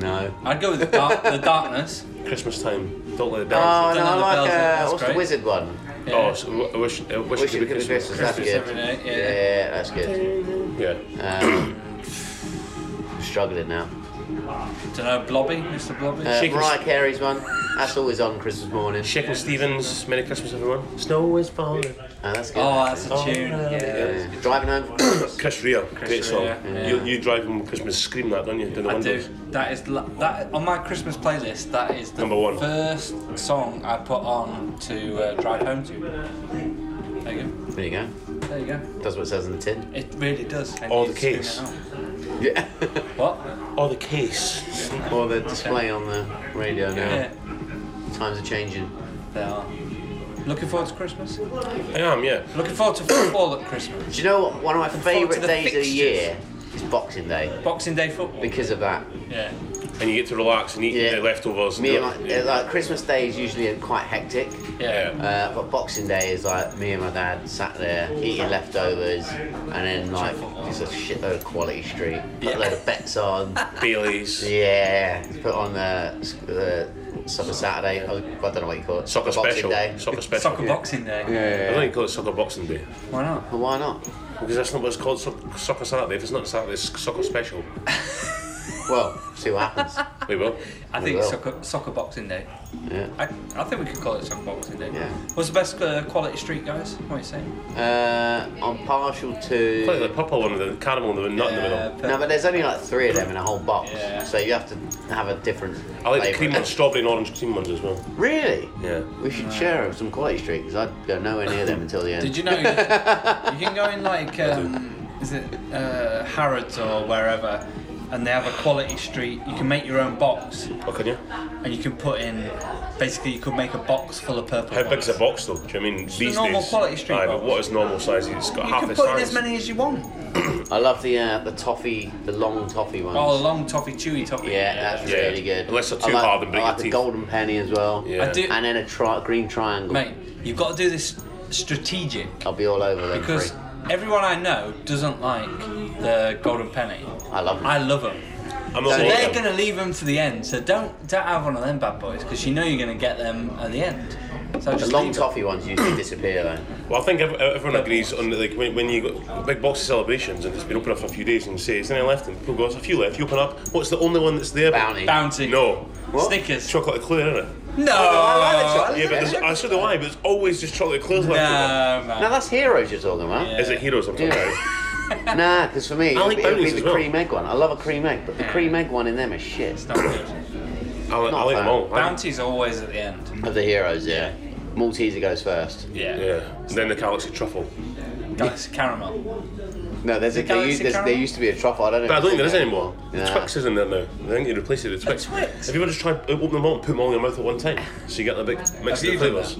S2: No.
S4: I'd go with the, dark, the Darkness.
S3: Christmas time. Don't let the bells.
S2: Oh no, I
S4: Another
S2: like
S4: Bells,
S2: uh,
S4: that's
S2: what's
S4: great.
S2: the wizard one?
S3: Oh, so I wish, I wish,
S2: Wish
S3: it could
S2: it could
S3: be
S2: be
S3: Christmas.
S2: Christmas. That's
S4: Christmas
S2: good.
S4: every
S2: Yeah,
S4: day, yeah.
S2: that's good.
S3: Yeah.
S2: Um, struggling now.
S4: Don't know, Blobby, Mr. Blobby.
S2: Uh,
S3: Shaking-
S2: Mariah Carey's one. That's always on Christmas morning.
S3: Shakin' Stevens, Merry Christmas everyone. Snow is falling.
S2: Oh, that's good.
S4: oh, that's a
S3: Oh,
S4: tune.
S3: yeah.
S4: yeah.
S2: Yeah. Driving home for Christmas.
S3: Chris Rea, great
S4: Rea,
S3: song.
S4: yeah.
S3: You, you drive him Christmas, scream that, don't you? Down the
S4: I
S3: windows.
S4: do. That is la- that on my Christmas playlist. That is the
S3: Number one.
S4: first song I put on to uh, drive home to. There you
S2: there you go.
S4: go. There you go.
S2: That's what it says on the tin.
S4: It really does. I
S3: Or
S4: need
S3: the
S4: to scream
S3: case.
S4: it out.
S2: Yeah.
S4: What?
S3: Or Oh, the case.
S2: or the display on the radio now.
S4: Yeah.
S2: Times are changing.
S4: They are. Looking forward to Christmas.
S3: I am, yeah.
S4: Looking forward to football at Christmas.
S2: Do you know what? One of my
S4: forward
S2: favourite
S4: to the
S2: days of the
S4: fixtures.
S2: year is Boxing Day
S4: Boxing Day football.
S2: because of that.
S4: yeah.
S3: And you get to relax and eat
S2: Yeah.
S3: the leftovers.
S2: Me and
S3: do
S2: my,
S3: it.
S2: uh, like Christmas Day is usually quite hectic,
S4: Yeah.
S2: uh, but Boxing Day is like me and my dad sat there eating leftovers, and then like just a shitload of quality street, put a
S4: Yeah.
S2: load of bets on.
S3: uh, Bailey's.
S2: Yeah, put on the uh, summer Saturday. I don't know what you call it.
S3: Soccer
S2: Boxing
S3: special.
S2: Day.
S3: Soccer special.
S4: Soccer Boxing Day.
S3: I don't think you call it soccer boxing day.
S4: Why not?
S2: Well, why not?
S3: Because that's not what it's called, soc- soccer Saturday. If it's not Saturday, it's soccer special.
S2: Well, see what happens.
S3: We will.
S4: I think
S2: Well.
S4: soccer, soccer boxing day.
S2: Yeah.
S4: I, I think we could call it soccer boxing day.
S2: Yeah.
S4: What's the best uh, quality street, guys? What are you saying?
S2: Uh, I'm partial to.
S3: Like the purple one with the caramel in the nut in the middle.
S2: No, but there's only like three of them in a whole box,
S4: Yeah.
S2: so you have to have a different.
S3: I like the
S2: flavour.
S3: cream ones, strawberry and orange cream ones as well.
S2: Really?
S3: Yeah.
S2: We should share some quality street because I'd go nowhere near them until the end.
S4: Did you know you can go in like um, is it uh, Harrods or wherever, and they have a quality street. You can make your own box,
S3: Oh, can you?
S4: and you can put in. Basically, you could make a box full of purple.
S3: How
S4: ones.
S3: big's a box though? Do you know what I mean these
S4: normal
S3: days?
S4: quality street
S3: Aye, but
S4: box.
S3: what is normal size? It's got
S4: You
S3: half
S4: can
S3: its
S4: put in
S3: size.
S4: as many as you want.
S2: I love the uh, the toffee, the long toffee ones.
S4: Oh, long toffee, chewy toffee.
S2: yeah, that's
S3: Yeah.
S2: really good.
S3: Unless they're
S2: I
S3: too
S2: like,
S3: hard and break
S2: I like
S3: your
S2: the
S3: teeth.
S2: golden penny as well.
S3: Yeah.
S4: I do,
S2: And then a tri- green triangle.
S4: mate. You've got to do this strategic
S2: I'll be all over them
S4: because
S2: three.
S4: everyone I know doesn't like the golden penny.
S2: I love them.
S4: I love them.
S3: I'm not
S4: So
S3: like
S4: they're
S3: them.
S4: gonna leave them to the end. So don't don't have one of them bad boys because you know you're gonna get them at the end. So
S2: The
S4: just
S2: long
S4: leave it.
S2: toffee ones usually disappear though.
S3: Well, I think ev- everyone agrees on the, like when, when you got big box of celebrations and it's been open up for a few days and you say, "Is there any left?" and people go, "There's a few left." You open up, what's the only one that's there?
S2: Bounty.
S4: Bounty.
S3: No,
S2: What?
S4: Snickers.
S3: chocolate eclair, isn't it?
S4: No.
S2: Oh,
S3: Yeah, but there's, I said the why, but it's always just chocolate eclairs
S4: No,
S3: left. over.
S4: man.
S2: Now that's heroes you're talking about.
S3: Is it heroes? I'm talking
S2: Yeah.
S3: about.
S2: Nah, because for me,
S3: I like
S2: it would be
S3: bounties
S2: the
S3: as well.
S2: cream egg one. I love a cream egg, but the cream egg one in them is shit.
S4: It's not good.
S3: I like, I
S2: Not
S3: like them
S2: bad.
S3: all. I-
S4: Bounty's always at the end.
S2: Of the heroes, yeah. Malteser goes first.
S4: Yeah.
S3: Yeah. And then the galaxy truffle.
S4: Galaxy caramel.
S2: No, there's a,
S4: The
S2: there,
S4: Galaxy
S2: used, there's, there
S4: Caramel?
S2: used to be a truffle. I don't know.
S3: But I
S2: if
S3: don't think there
S2: it's
S3: is
S2: in
S3: anymore. The
S2: Nah.
S3: Twix is in there now. I think you replace it with Twix.
S4: Twix?
S3: Have you ever just tried open them all and put them all in your mouth at one time? So you get the big mix
S4: Have
S3: of
S4: you done
S3: flavours.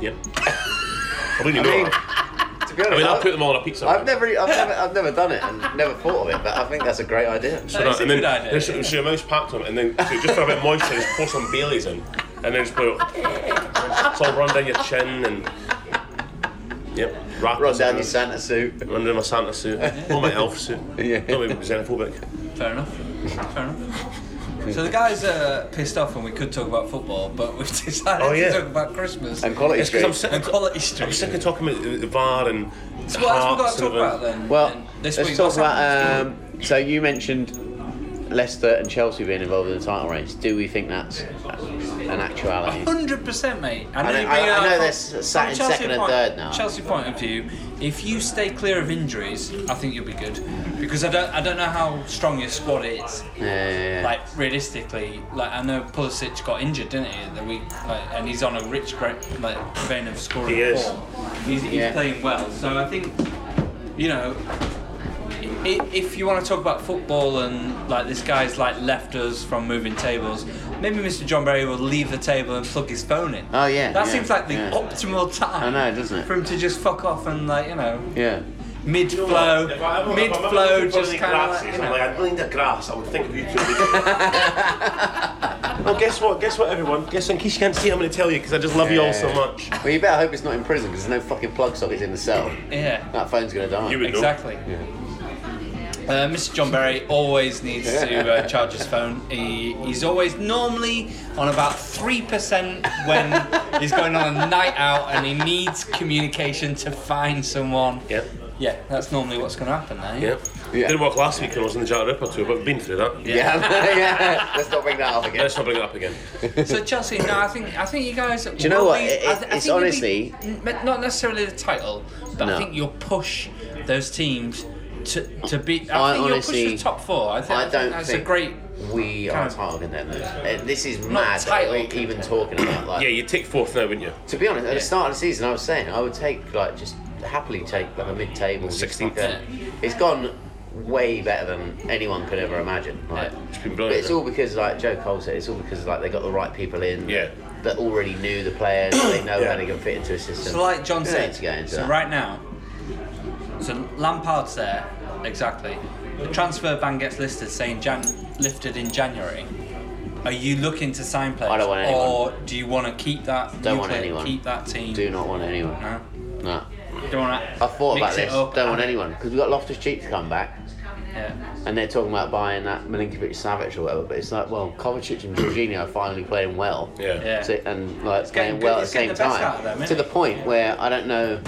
S3: Yep. I wouldn't
S2: I
S3: even know.
S2: mean,
S3: that.
S2: To be honest,
S3: I mean, I'll
S2: I've,
S3: put them all on a pizza.
S2: I've never, e-, I've never, I've never done it and never thought of it, but I think that's a great idea.
S3: So
S4: That's
S3: that- and
S4: a
S3: then,
S4: good idea.
S3: then so, so your mouth's packed on it, and then so just for a bit of moisture, just pour some Baileys in, and then just put it. It's all run down your chin and. Yep. Wrap
S2: Run
S3: it
S2: down
S3: around.
S2: your Santa suit.
S3: Run down my Santa suit. Or my elf suit.
S2: Yeah.
S3: Don't be xenophobic.
S4: Fair enough. Fair enough. So the guys are pissed off, and we could talk about football, but we've decided
S3: Oh, yeah.
S4: to talk about Christmas
S2: And quality
S3: It's because I'm
S2: street.
S3: sick.
S4: and quality street.
S3: I'm sick of talking about the- the VAR and.
S4: so what else we got
S3: Hearts
S4: to talk
S3: and everything.
S4: about then?
S2: Well,
S4: Then this
S2: let's
S4: week,
S2: talk
S4: what's
S2: about.
S4: happened?
S2: Um, so you mentioned Leicester and Chelsea being involved in the title race. Do we think that's an actuality?
S4: Hundred percent, mate.
S2: I know-
S4: you
S2: I-
S4: bring it
S2: I
S4: up
S2: know
S4: from-
S2: they're s- sat
S4: from
S2: in
S4: Chelsea
S2: second and
S4: point-
S2: third now.
S4: Chelsea point of view, if you stay clear of injuries, I think you'll be good. Because I don't, I don't know how strong your squad is.
S2: Yeah, yeah, yeah.
S4: Like realistically, like I know Pulisic got injured, didn't he? The week, like, and he's on a rich, great like vein of scoring.
S3: He is.
S4: form. He's, he's
S2: Yeah.
S4: playing well, so I think, you know, I- if you want to talk about football and like this guy's like left us from moving tables, maybe Mr. John Barry will leave the table and plug his phone in.
S2: Oh, yeah,
S4: That
S2: yeah,
S4: seems like the
S2: yeah.
S4: optimal time.
S2: I know, doesn't it?
S4: For him to just fuck off and like you know
S2: yeah.
S4: mid
S3: You know what?
S4: flow,
S3: If I ever- if I
S4: mid
S3: ever
S4: flow,
S3: looked for
S4: just
S3: any
S4: kind of
S3: grasses,
S4: like you
S3: I'm
S4: know.
S3: like, I don't need the grass. I would think of you two. well, guess what? Guess what, everyone? Guess in case you can't see, it, I'm going to tell you because I just love you all so
S2: Yeah.
S3: much.
S2: Well, you better hope it's not in prison because there's no fucking plug sockets in the cell.
S4: Yeah.
S2: That phone's gonna die.
S3: You would know.
S4: Exactly. Uh, Mr. John Berry always needs to uh, charge his phone. He, he's always normally on about 3% when he's going on a night out and he needs communication to find someone.
S3: Yep.
S4: Yeah, that's normally what's going to happen there.
S3: Yep.
S2: Yeah.
S3: Didn't work last week when I was in the Jack Ripper tour, but we've been through that.
S4: Yeah.
S2: yeah, yeah. Let's not bring that up again.
S3: Let's not bring it up again.
S4: So Chelsea, no, I think I think you guys. Do
S2: you know what? It- it's honestly-
S4: not necessarily the title, but
S2: No.
S4: I think you'll push those teams to to be. I,
S2: I
S4: think you'll
S2: honestly-
S4: push the top four. I, think,
S2: I don't
S4: that's
S2: think
S4: a great.
S2: we
S4: Kind
S2: are
S4: of-
S2: title contenders. Uh, This is
S4: Not
S2: mad that
S4: title
S2: we're even talking about. Like,
S3: Yeah, you'd take fourth now, wouldn't you?
S2: to be honest, at the start of the season, I was saying I would take like just happily take like a mid-table. just
S3: 16th.
S2: like a- It's gone way better than anyone could ever imagine. Like,
S3: It's been
S2: but
S3: brilliant.
S2: it's all because like Joe Cole said, it's all because like they got the right people in.
S3: Yeah.
S2: That already knew the players. they know
S3: Yeah.
S2: how they can fit into a system.
S4: So like John
S2: You don't need
S4: said,
S2: to get into
S4: so
S2: that.
S4: right now, so Lampard's there, exactly. The transfer ban gets listed, saying Jan lifted in January. Are you looking to sign players,
S2: don't want anyone.
S4: or do you want to keep that?
S2: Don't
S4: new
S2: want
S4: player,
S2: anyone.
S4: Keep that team.
S2: Do not want anyone.
S4: No?
S2: No.
S4: Don't want to.
S2: I thought
S4: mix
S2: about
S4: it
S2: this.
S4: Up.
S2: Don't want anyone because we've got Loftus Cheek to come back,
S4: Yeah.
S2: and they're talking about buying that Milinkovic Savic or whatever. But it's like, well, Kovacic and Jorginho are finally playing well.
S3: Yeah.
S4: Yeah.
S2: So- and like
S4: getting
S2: playing
S4: good-
S2: well at the
S4: it's
S2: same
S4: getting the best
S2: time
S4: out of them,
S2: to
S4: isn't
S2: the
S4: it?
S2: point where I don't know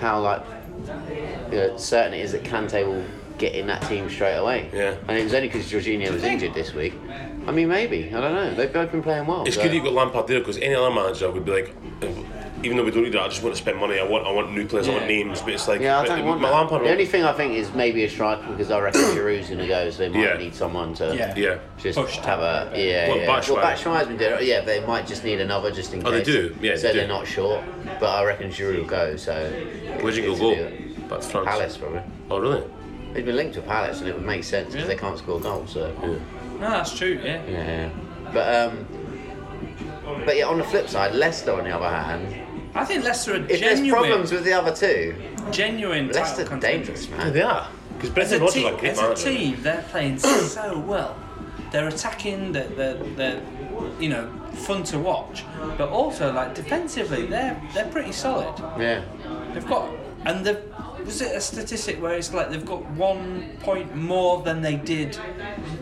S2: how like you know, certain it is that Kante will get in that team straight away.
S3: Yeah.
S2: And it was only because Jorginho was injured this week. I mean, maybe. I don't know. They've both been playing well.
S3: It's
S2: so-
S3: good you've got Lampard there because any other manager would be like, even though we don't need that, I just want to spend money. I want, I want new players. I want
S4: Yeah.
S3: names. But it's like,
S2: Yeah, I
S3: but
S2: don't want
S3: my
S2: that.
S3: Lampard.
S2: The only thing I think is maybe a striker because I reckon Giroud's going to go, so they might
S3: Yeah.
S2: need someone to
S4: Yeah.
S3: yeah.
S2: just
S4: Push
S2: have a yeah.
S3: Well,
S2: yeah.
S3: Batshuayi.
S2: Well, Batshuayi's been doing it. Yeah, they might just need another just in
S3: Oh, they
S2: case.
S3: do. Yeah,
S2: so
S3: they do.
S2: are not short, but I reckon Giroud will go. So
S3: Where'd you go?
S2: it's
S3: Go.
S2: good to do
S3: That's France.
S2: that. Palace probably.
S3: Oh really?
S2: They've been linked to Palace, and it would make sense because
S4: Yeah.
S2: they can't score goals. So
S4: No, that's true. Yeah.
S2: yeah, but um. But yeah, on the flip side, Leicester, on the other hand,
S4: I think Leicester are
S2: if
S4: genuine.
S2: there's problems with the other two,
S4: genuine. title
S2: Leicester are
S4: contenders.
S2: dangerous,
S3: Yeah,
S2: man.
S3: they are. Because
S4: As a,
S3: Brendan Rodgers is
S4: team,
S3: a great
S4: as a
S3: manager.
S4: team, they're playing so well. They're attacking. They're, they're, they're you know fun to watch, but also like defensively, they're they're pretty solid.
S2: Yeah.
S4: They've got and the was it a statistic where it's like they've got one point more than they did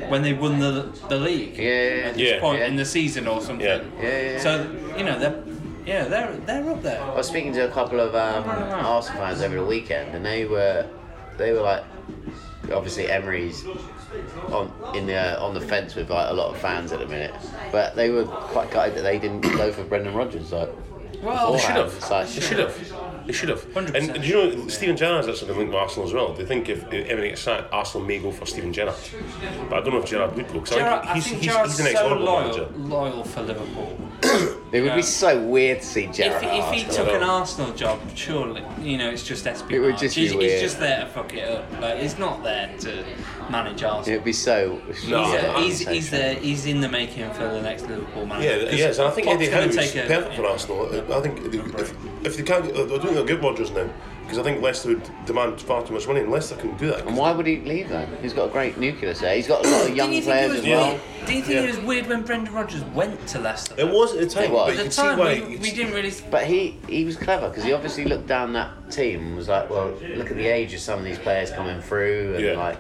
S4: when they won the the league
S2: Yeah, yeah,
S4: at this
S3: yeah.
S4: point
S2: Yeah.
S4: in the season or something.
S3: Yeah.
S2: Yeah, yeah, yeah.
S4: So you know they're yeah they're they're up there.
S2: I was speaking to a couple of um, Arsenal fans over the weekend, and they were, they were like, obviously Emery's on in the uh, on the fence with like a lot of fans at the minute, but they were quite gutted that they didn't go for Brendan Rodgers. Like,
S4: Well,
S3: They should
S2: It's like-
S3: have. They should have. They should have. And
S4: 100%.
S3: do you know, Stephen Gerrard's actually been linked with Arsenal as well. They think if Emery gets sacked, Arsenal may go for Stephen Gerrard. But I don't know if Gerrard would go. Because
S4: Gerrard,
S3: I
S4: I
S3: think he's,
S4: think
S3: he's,
S4: Gerrard's
S3: he's the next
S4: so
S3: Liverpool
S4: loyal,
S3: manager.
S4: loyal for Liverpool.
S2: it would be so weird to see
S4: If,
S2: Gerrard.
S4: if he
S2: Arsenal.
S4: took an Arsenal job, surely you know it's just espionage.
S2: It would just be
S4: he's,
S2: weird.
S4: he's just there to fuck it up. Like he's not there to manage
S2: it
S4: Arsenal.
S2: would be so.
S3: No.
S4: He's,
S3: Yeah,
S4: a, he's,
S2: so
S4: he's,
S2: strange.
S4: there, he's in the making for the next Liverpool manager.
S3: Yeah, th-
S4: 'Cause
S3: yes, and I think
S4: Klopp's
S3: Eddie Howe
S4: gonna
S3: is
S4: take a-
S3: perfect for Arsenal. I think they- if, if they can't, get- I don't think they'll give Rodgers now because I think Leicester would demand far too much money, and Leicester can do that.
S2: And why would he leave though? He's got a great nucleus there. He's got a lot of
S4: Didn't
S2: young
S4: you think it
S2: players
S4: was
S2: as
S4: weird?
S2: well.
S4: Do you think it was weird when Brendan Rodgers went to Leicester?
S3: It was at the time,
S2: It was.
S3: but you
S4: At the
S3: can see
S4: time,
S3: why.
S4: we,
S3: you-
S4: we didn't really.
S2: But he, he was clever because he obviously looked down that team and was like, well, look at the age of some of these players coming through and
S3: Yeah.
S2: like,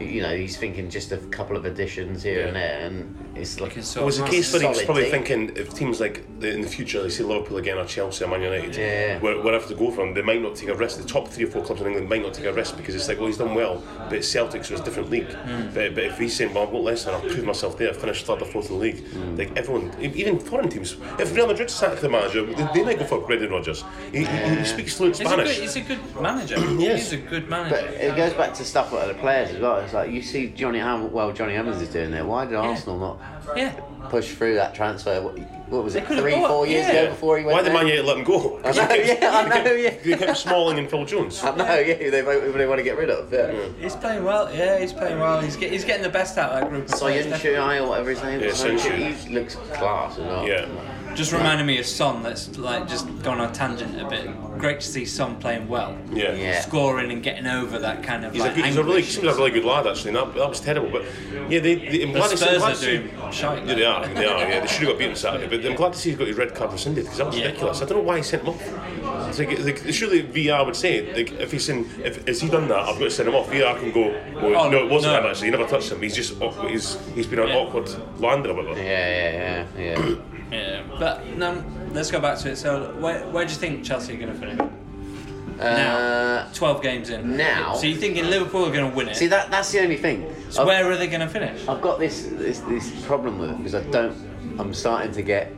S2: you know, he's thinking just a couple of additions here and there, and it's like,
S4: Because
S3: It was a
S4: Solskjaer-
S3: case study. He was
S2: Solid
S3: probably
S2: team.
S3: thinking if teams like the- in the future they see Liverpool again or Chelsea or Man United,
S2: Yeah.
S3: where, wherever to go from, they might not take a risk. The top three or four clubs in England might not take a risk because it's like, well, he's done well, but it's Celtic, so it's a different league.
S2: Hmm.
S3: But, but if he's saying, well, I've got Leicester, I've proved myself there, I finished third or fourth in the league,
S2: Hmm.
S3: like everyone, e- even foreign teams, if Real Madrid sacked the manager, they, they might go for Brendan Rodgers. He, he- he speaks fluent
S4: He's a good,
S3: Spanish.
S4: he's a good manager.
S3: Yes.
S4: He's a good
S2: but
S4: manager.
S2: it goes back to stuff like the players as well. It's like you see Johnny Ham, well, Johnny Evans is doing there. Why did Arsenal not
S4: yeah.
S2: push through that transfer? What, what was it,
S4: could've
S2: three,
S4: bought-
S2: four years
S4: yeah.
S2: ago before he went?
S3: Why did
S2: there?
S3: Man United let him go?
S2: I know, yeah, I know, yeah.
S3: They kept Smalling and Phil Jones.
S2: I know, yeah, who they, who they want to get rid of. Yeah.
S4: He's playing well. Yeah, he's playing well. He's, get, he's getting the best out of that group. of players, definitely.
S2: Soyuncu or whatever his name is.
S3: Yeah, Soyuncu.
S2: He looks class as well.
S3: Yeah.
S4: Just reminded me of Son. That's like just gone on a tangent a bit. Great to see Son playing well,
S3: Yeah.
S2: Yeah.
S4: scoring and getting over that kind of
S3: He's a,
S4: like
S3: good, he's a really,
S4: anguish.
S3: seems like a really good lad actually. And that, that was terrible, but yeah, they. they I'm
S4: The
S3: glad to see- I'm
S4: Spurs
S3: glad
S4: are
S3: to see-
S4: doing shite,
S3: Yeah, they are. They are. Yeah, they should have got beaten Saturday, but I'm glad to see he's got his red card rescinded because that was
S4: Yeah.
S3: ridiculous. I don't know why he sent him off. It's like, it's like surely VR would say like if he's in, if has he done that, I've got to send him off. VR can go. Well,
S4: Oh,
S3: no, it wasn't
S4: no.
S3: him actually. He never touched him. He's just awkward. he's he's been an
S4: Yeah.
S3: awkward lander or whatever.
S2: Yeah, yeah, yeah, yeah.
S4: Yeah, but no, let's go back to it. So, where, where do you think Chelsea are going to finish? now,
S2: Uh,
S4: 12 games in.
S2: now-
S4: So, you're thinking Liverpool are going to win it.
S2: See, that that's the only thing.
S4: so,
S2: I've-
S4: where are they going to finish?
S2: I've got this this this problem with it because I don't. I'm starting to get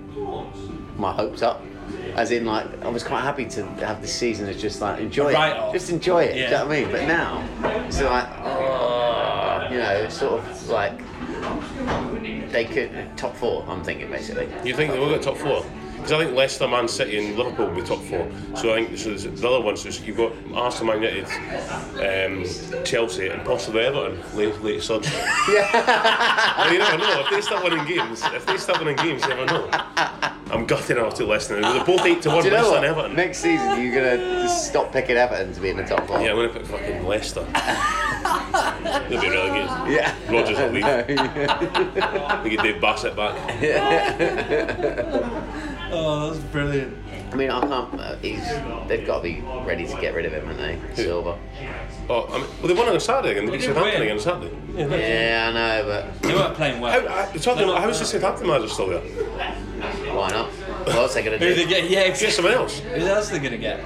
S2: my hopes up. As in, like I was quite happy to have this season as just like enjoy it,
S4: write-off.
S2: just enjoy it.
S4: Yeah.
S2: Do you know what I mean? But now it's like, oh, you know, it's sort of like they could top four. I'm thinking basically.
S3: You think they will get top four? Because I think Leicester, Man City, and Liverpool will be top four. So I think so there's the other ones. So you've got Arsenal, Man United, um, Chelsea, and possibly Everton. Late, late sudden. Yeah. you never know. If they start winning games, if they start winning games, you never know. I'm gutted enough to Leicester. now. They're both eight to one.
S2: Do you
S3: Leicester
S2: know what?
S3: and Everton.
S2: Next season you're gonna just stop picking Everton to be in the top four.
S3: yeah, I'm gonna pick fucking Leicester. They'll be relegated.
S2: Yeah.
S3: Rogers will leave. They get Dave Bassett back.
S4: Oh, that's brilliant.
S2: I mean, I can't. Uh, he's, they've got to be ready to get rid of him, haven't they? Silver.
S3: Oh, I mean, well, they won on Saturday again. They beat
S4: They did
S3: Southampton
S4: win.
S3: again on Saturday.
S2: Yeah, I know,
S4: They weren't playing well.
S3: How, uh, I, talking about, how is the Southampton manager still there?
S2: but why not? What else are they gonna
S4: Who they
S2: do?
S4: get? Yeah,
S3: Get
S4: exactly.
S3: someone else.
S4: Who else are they going to get?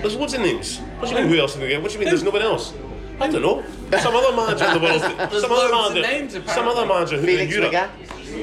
S3: There's loads of names. What do you mean who else are we going to get? What do you mean there's no one else? I don't know. Some other manager in the world. some other
S4: loads
S3: manager.
S4: of names,
S3: some
S4: apparently.
S3: other manager who
S2: Felix
S3: in Europe.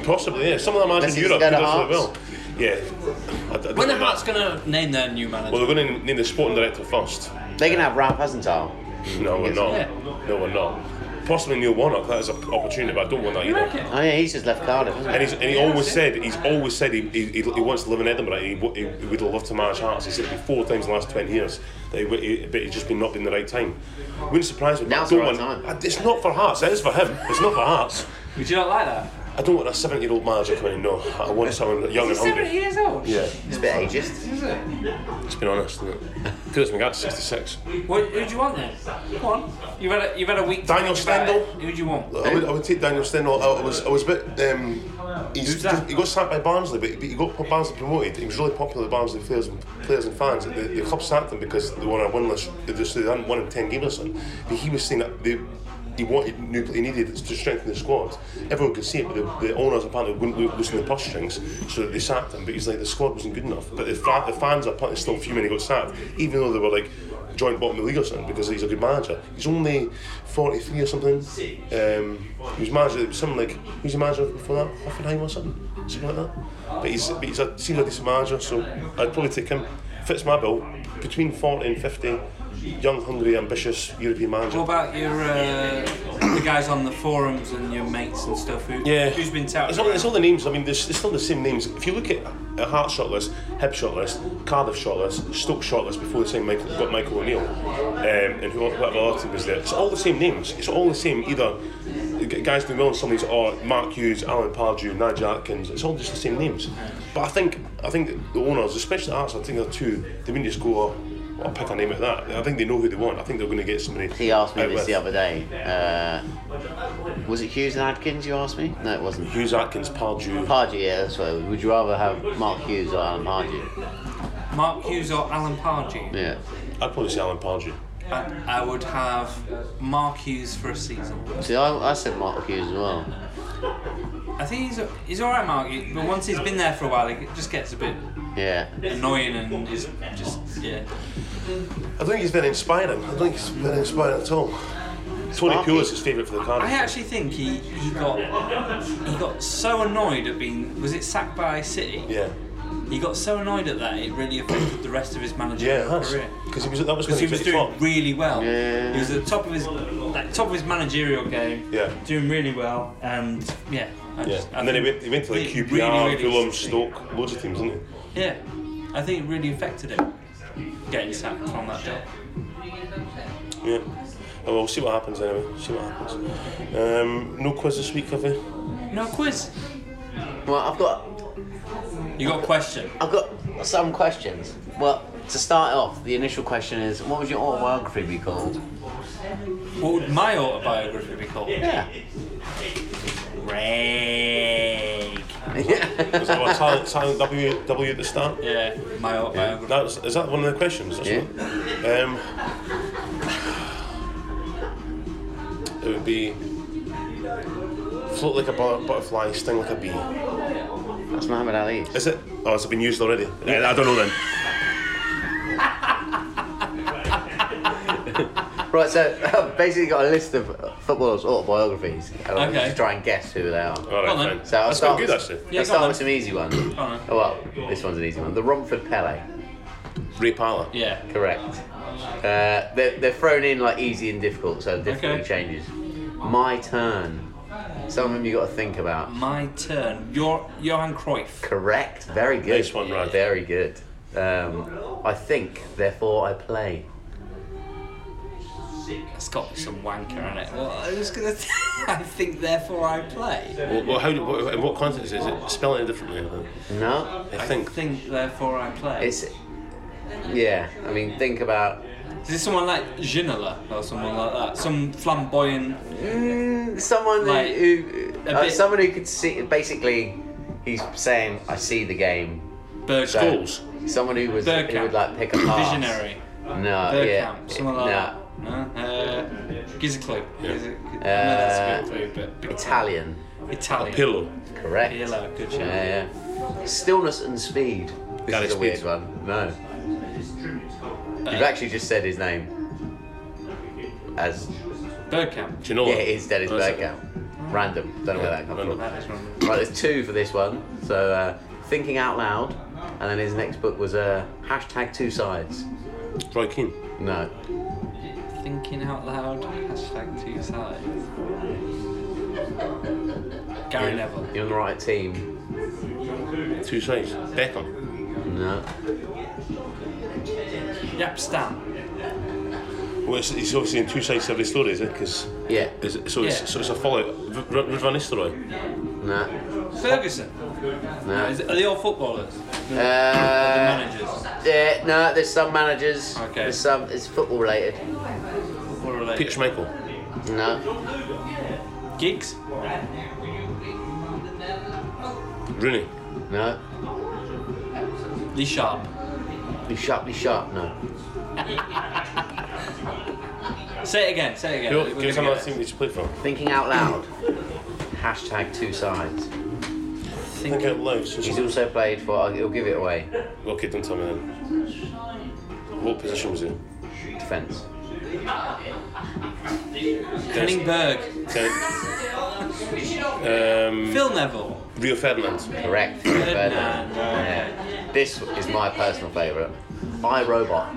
S3: Possibly, yeah. Some other manager in
S2: Unless he's
S3: Europe who
S2: going to
S3: does it
S2: Hearts.
S3: well. Yeah. I, I don't
S4: When
S3: know
S4: are Hearts
S3: that.
S4: going to name their new manager?
S3: Well, we're going to name the sporting director first.
S2: They're going to have Ralph Hasenthal.
S3: No, we're not.
S4: Yeah.
S3: No, we're not. Possibly Neil Warnock. That is an opportunity, but I don't want that either.
S2: Oh, yeah, he's just left Cardiff, hasn't
S3: And, he's, and he always said he's always said he, he, he he wants to live in Edinburgh. He, w- he would love to manage Hearts. He said it before times in the last twenty years. That he, w- he, but it's just been not been the right time. Wouldn't surprise me. but I
S2: Now's the
S3: don't
S2: right
S3: want-
S2: time.
S3: I- It's not for Hearts. It is for him. It's not for Hearts.
S4: Would you not like that?
S3: I don't want a seventy-year-old manager coming in. No, I want someone young and
S4: He's 70
S3: hungry.
S4: years old.
S3: Yeah,
S2: he? He's a bit ageist.
S4: Is it?
S3: let's be honest. Curtis McGatt's sixty-six.
S4: What, who do you want then? Come on. You've had a, you've had a week. to
S3: Daniel Uh,
S4: think about it.
S3: Stendel?
S4: Who do you want?
S3: I would, I would take Daniel Stennell. I, I was, I was a bit. Um, he's,
S4: Who's that?
S3: he got sacked by Barnsley, but he, but he got Barnsley promoted. He was really popular with Barnsley players and players and fans. The, the club sacked him because they were on a win list. They just they hadn't won in ten games or something. But he was saying that they, he wanted new, he needed to strengthen the squad. Everyone could see it, but the, the owners apparently wouldn't loo- loosen the purse strings, so they sacked him. But he's like the squad wasn't good enough. But the, fa- the fans are apparently still fuming. He got sacked, even though they were like joint bottom of the league or something because he's a good manager. He's only 43 or something. Um, he was manager, something like, who's the manager before that? Hoffenheim or something? Something like that. But he's, but he's a, seems like decent manager, so I'd probably take him. Fits my bill. Between 40 and 50, young, hungry, ambitious European
S4: What
S3: manager.
S4: about your uh, the guys on the forums and your mates and stuff? Who,
S3: Yeah.
S4: Who's been touted?
S3: It's all, it's all the names. I mean, there's, there's still the same names. If you look at a Hearts shortlist, Hib shortlist, Cardiff shortlist, Stoke shortlist before they signed Michael, got Michael O'Neill, um, and who whatever other team was there. It's all the same names. It's all the same. Either g- guys doing well in some of these are Mark Hughes, Alan Pardew, Nigel Atkins. It's all just the same names. But I think I think that the owners, especially Hearts, I think they're too. They mean just go. "Oh, I'll pick a name at that. I think they know who they want. I think they're going to get somebody.
S2: He asked
S4: Oh,
S2: me
S3: out
S2: this
S3: with.
S2: the other day. Uh, was it Hughes and Adkins you asked me? No, it wasn't.
S3: Hughes, Atkins, Pardew.
S2: Pardew, yeah, that's right. Would you rather have Mark Hughes or Alan Pardew?
S4: Mark Hughes or Alan Pardew?
S2: Yeah.
S3: I'd probably say Alan Pardew.
S4: I, I would have Mark Hughes for a season.
S2: See, I, I said Mark Hughes as well.
S4: I think he's he's all right, Mark. But once he's been there for a while, it just gets a bit
S2: Yeah.
S4: annoying and is just yeah.
S3: I don't think he's very inspiring. I don't think he's very inspiring at all. Tony
S2: Sparky.
S3: Pulis is favourite for the Cardiff.
S4: I actually think he, he got he got so annoyed at being was it sacked by City.
S3: yeah,
S4: He got so annoyed at that it really affected the rest of his
S3: yeah, it
S4: managerial
S3: has.
S4: career.
S3: Because he was that was when
S4: Because
S3: he
S4: he
S3: was
S4: was
S3: at the
S4: doing
S3: top.
S4: really well.
S2: Yeah.
S4: He was at the top of his like, top of his managerial game.
S3: Yeah.
S4: Doing really well, and yeah. I
S3: Yeah,
S4: just- I
S3: and then he
S4: think
S3: went, he went to like
S4: it
S3: QPR,
S4: really, really-
S3: Fulham, Stoke, loads of teams, didn't he?
S4: Yeah, I think it really affected him getting sacked on that job.
S3: Yeah. Oh, we'll see what happens anyway. See what happens. Um, no quiz this week, have we?
S4: No quiz.
S2: Well, I've got
S4: You got a question?
S2: I've got some questions. Well, to start off, the initial question is, what would your autobiography be called?
S4: What would my autobiography be called?
S2: Yeah.
S4: Rake.
S3: Is that what silent, silent W W at the start?
S4: Yeah, my autobiography.
S3: That's, is that one of the questions? That's
S2: Yeah.
S3: not- Um, Um, it would be float like a bu- butterfly, sting like a bee.
S2: That's Muhammad Ali.
S3: Is it? Oh, has it been used already? Eh, I don't know then.
S2: Right, so I've basically got a list of footballers' autobiographies, and I'm
S4: Okay.
S2: just try and guess who they are.
S3: All right,
S4: Go on then.
S3: fine.
S2: So I'll
S3: That's
S2: start
S3: not good
S2: with,
S3: actually.
S4: Yeah,
S2: I'll
S4: go
S2: start
S4: on
S2: with
S4: then.
S2: some easy ones.
S4: Go on then.
S2: Oh, well, this one's an easy one. The Romford Pele.
S3: Ray Parler.
S4: Yeah.
S2: Correct. Uh, they're, they're thrown in like easy and difficult, so difficulty
S4: Okay.
S2: changes. My turn. Some of them you got to think about.
S4: My turn. Your Johan Cruyff.
S2: Correct.
S4: Ah,
S2: Very good.
S3: Nice one, Raj.
S2: Very good. Um, I think, therefore I play.
S4: That's got to be some wanker in it. Well, I was gonna. Say, I think therefore I play.
S3: Well, well, how, do- what, in what context is it? Spell it differently. I
S2: No,
S3: think. I think.
S4: Think therefore I play.
S2: it's yeah. I mean, think about
S4: Is this someone like Ginola or someone like that? Some flamboyant.
S2: mm, someone who-
S4: Like,
S2: who,
S4: a
S2: uh,
S4: bit-
S2: someone who could see. Basically, he's saying, "I see the game."
S4: Berg.
S2: So,
S3: Scholes.
S2: Someone who was
S4: Bergkamp.
S2: who would like pick a pass.
S4: Visionary.
S2: No,
S4: Bergkamp.
S2: yeah,
S4: Someone
S2: no.
S4: like that. No? Uh, gives a clue. Gives a- I know
S2: Uh,
S4: that's a good clue, but
S2: Italian.
S4: Italian.
S3: Pillow.
S2: Correct.
S4: Pirlo, good shout.
S2: Yeah, yeah. Stillness and speed. This
S3: Gary
S2: is a weird
S3: Speed.
S2: one. No. You've actually just said his name. As
S4: Bergkamp.
S3: Do you know
S2: Yeah,
S3: that?
S2: it is Dennis
S3: Oh, that's it.
S2: Bergkamp. Random. Don't know where that comes
S3: Random.
S2: from.
S4: That is wrong.
S2: Right, there's two for this one. So, uh, Thinking Out Loud, and then his next book was uh, hashtag Two Sides.
S3: Roy Keane.
S2: No,
S4: Thinking out loud. Hashtag two sides. Gary Neville.
S2: you're on the right team.
S3: Two sides. Beckham.
S2: No,
S4: Yep, Stan.
S3: Well, it's, he's obviously in two sides to every story, is it? Because
S2: yeah,
S3: is it, so,
S4: Yeah.
S3: it's, so it's a fallout. R- R- Van Nistelrooy.
S2: no,
S4: Ferguson.
S2: no.
S4: Is it- are they all footballers?
S2: Uh,
S4: Managers.
S2: yeah, no, there's some managers.
S4: Okay.
S2: There's some. It's football related.
S4: Football related.
S3: Peter Schmeichel.
S2: No,
S4: Gigs.
S3: Rooney.
S2: no.
S4: Lee Sharp.
S2: Be sharp, be sharp. No.
S4: Say it again. Say it again.
S3: Who-
S4: We're
S3: Give us
S4: gonna
S3: another
S4: get
S3: team we should play for.
S2: Thinking Out Loud. Hashtag Two Sides.
S4: it.
S3: Think
S4: Thinking.
S3: out loud. so-
S2: He's also played for. uh, He'll give it away.
S3: Okay, don't tell me then. What position was he?
S2: Defence.
S4: Henning Berg.
S3: Okay. um,
S4: Phil Neville.
S3: Rio Ferdinand.
S2: Correct.
S4: Ferdinand.
S2: Yeah. This is my personal favourite. I Robot.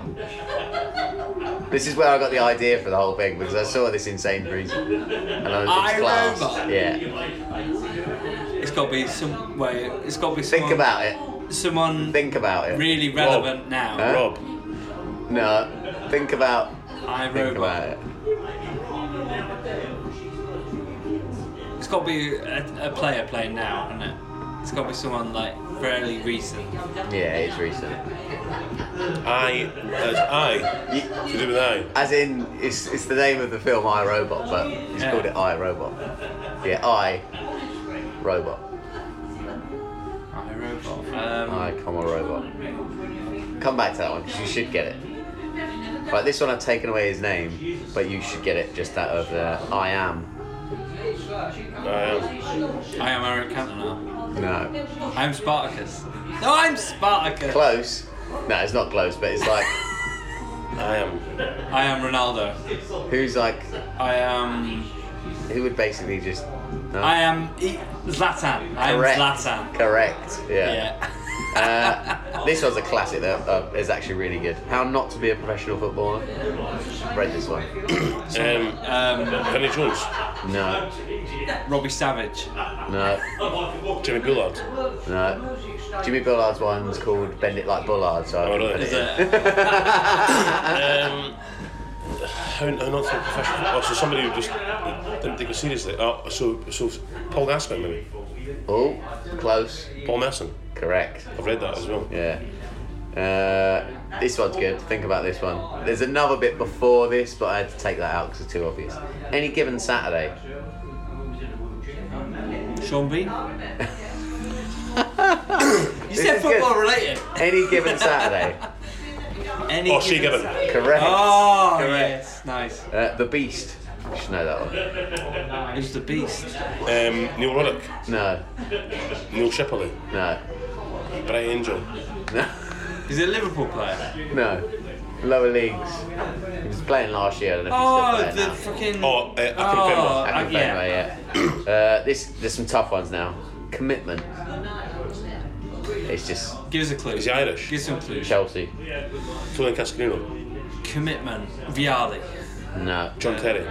S2: This is where I got the idea for the whole thing because I saw this in Sainsbury's and I was
S4: I,
S2: in class.
S4: Robot?
S2: Yeah.
S4: It's got to be some way. It's got to be
S2: Think
S4: someone,
S2: about it.
S4: someone
S2: Think about it.
S4: really relevant now.
S2: Huh?
S3: Rob.
S2: No. Think about.
S4: I
S2: Think about
S4: Robot.
S2: it.
S4: It's got to be a, a player playing now, isn't it? It's got to be someone like fairly recent.
S2: Yeah, it's recent.
S3: I. That's I. To do with I.
S2: As in, it's, it's the name of the film I Robot, but it's
S4: Yeah.
S2: called it I Robot. Yeah, I Robot.
S4: I Robot. Um,
S2: I comma Robot. Come back to that one because you should get it. Right, this one I've taken away his name, but you should get it just out of uh, I am.
S3: I am.
S4: I am Eric Cantona.
S2: No,
S4: I'm Spartacus. No, I'm Spartacus.
S2: close. No, it's not close, but it's like
S3: I am.
S4: I am Ronaldo.
S2: who's like
S4: I am.
S2: who would basically just. No?
S4: I am E- Zlatan. I am
S2: Correct.
S4: Zlatan.
S2: Correct. Yeah.
S4: Yeah.
S2: Uh, this one's a classic that uh, is actually really good. How not to be a professional footballer. Read this one.
S3: Um,
S4: Um,
S3: Vinnie Jones.
S2: No.
S4: Robbie Savage.
S2: No,
S3: Jimmy Bullard.
S2: no. Jimmy Bullard's one's called Bend It Like Bullard, so I
S3: Oh,
S2: can
S3: really?
S2: put it
S4: Is
S2: in.
S4: it?
S3: Um, how, how not to professional. Oh, so somebody who just didn't take it seriously. Oh, so, so Paul Gascoigne, maybe.
S2: Oh, close.
S3: Paul Merson.
S2: Correct.
S3: I've read that as well.
S2: Yeah. Uh, this one's good. Think about this one. There's another bit before this, but I had to take that out because it's too obvious. Any given Saturday.
S4: Sean Bean. you
S2: This
S4: said
S2: is
S4: football
S2: good.
S4: related.
S2: Any given Saturday.
S4: Any
S3: Oh, she
S4: given
S3: given.
S4: Sa-
S2: Correct.
S4: Oh,
S2: Correct.
S4: yes, nice.
S2: Uh, the Beast. You should know that one.
S4: Who's the beast?
S3: Um, Neil Roddick.
S2: No,
S3: Neil Shipperley.
S2: no,
S3: Brian Angel.
S2: no,
S4: Is it a Liverpool player?
S2: no. Lower leagues. He was playing last year. I don't know
S4: Oh,
S2: if he's still playing
S4: the
S2: now.
S4: fucking.
S3: Oh, uh, Akinfenwa.
S4: Oh,
S2: I
S4: uh,
S2: can
S4: yeah.
S2: yeah. uh, this there's some tough ones now. Commitment. It's just
S4: Give us a clue.
S3: Is he Irish?
S4: Give some clues.
S2: Chelsea.
S3: Tony Cascarino.
S4: Commitment. Viali.
S2: No,
S3: John Terry.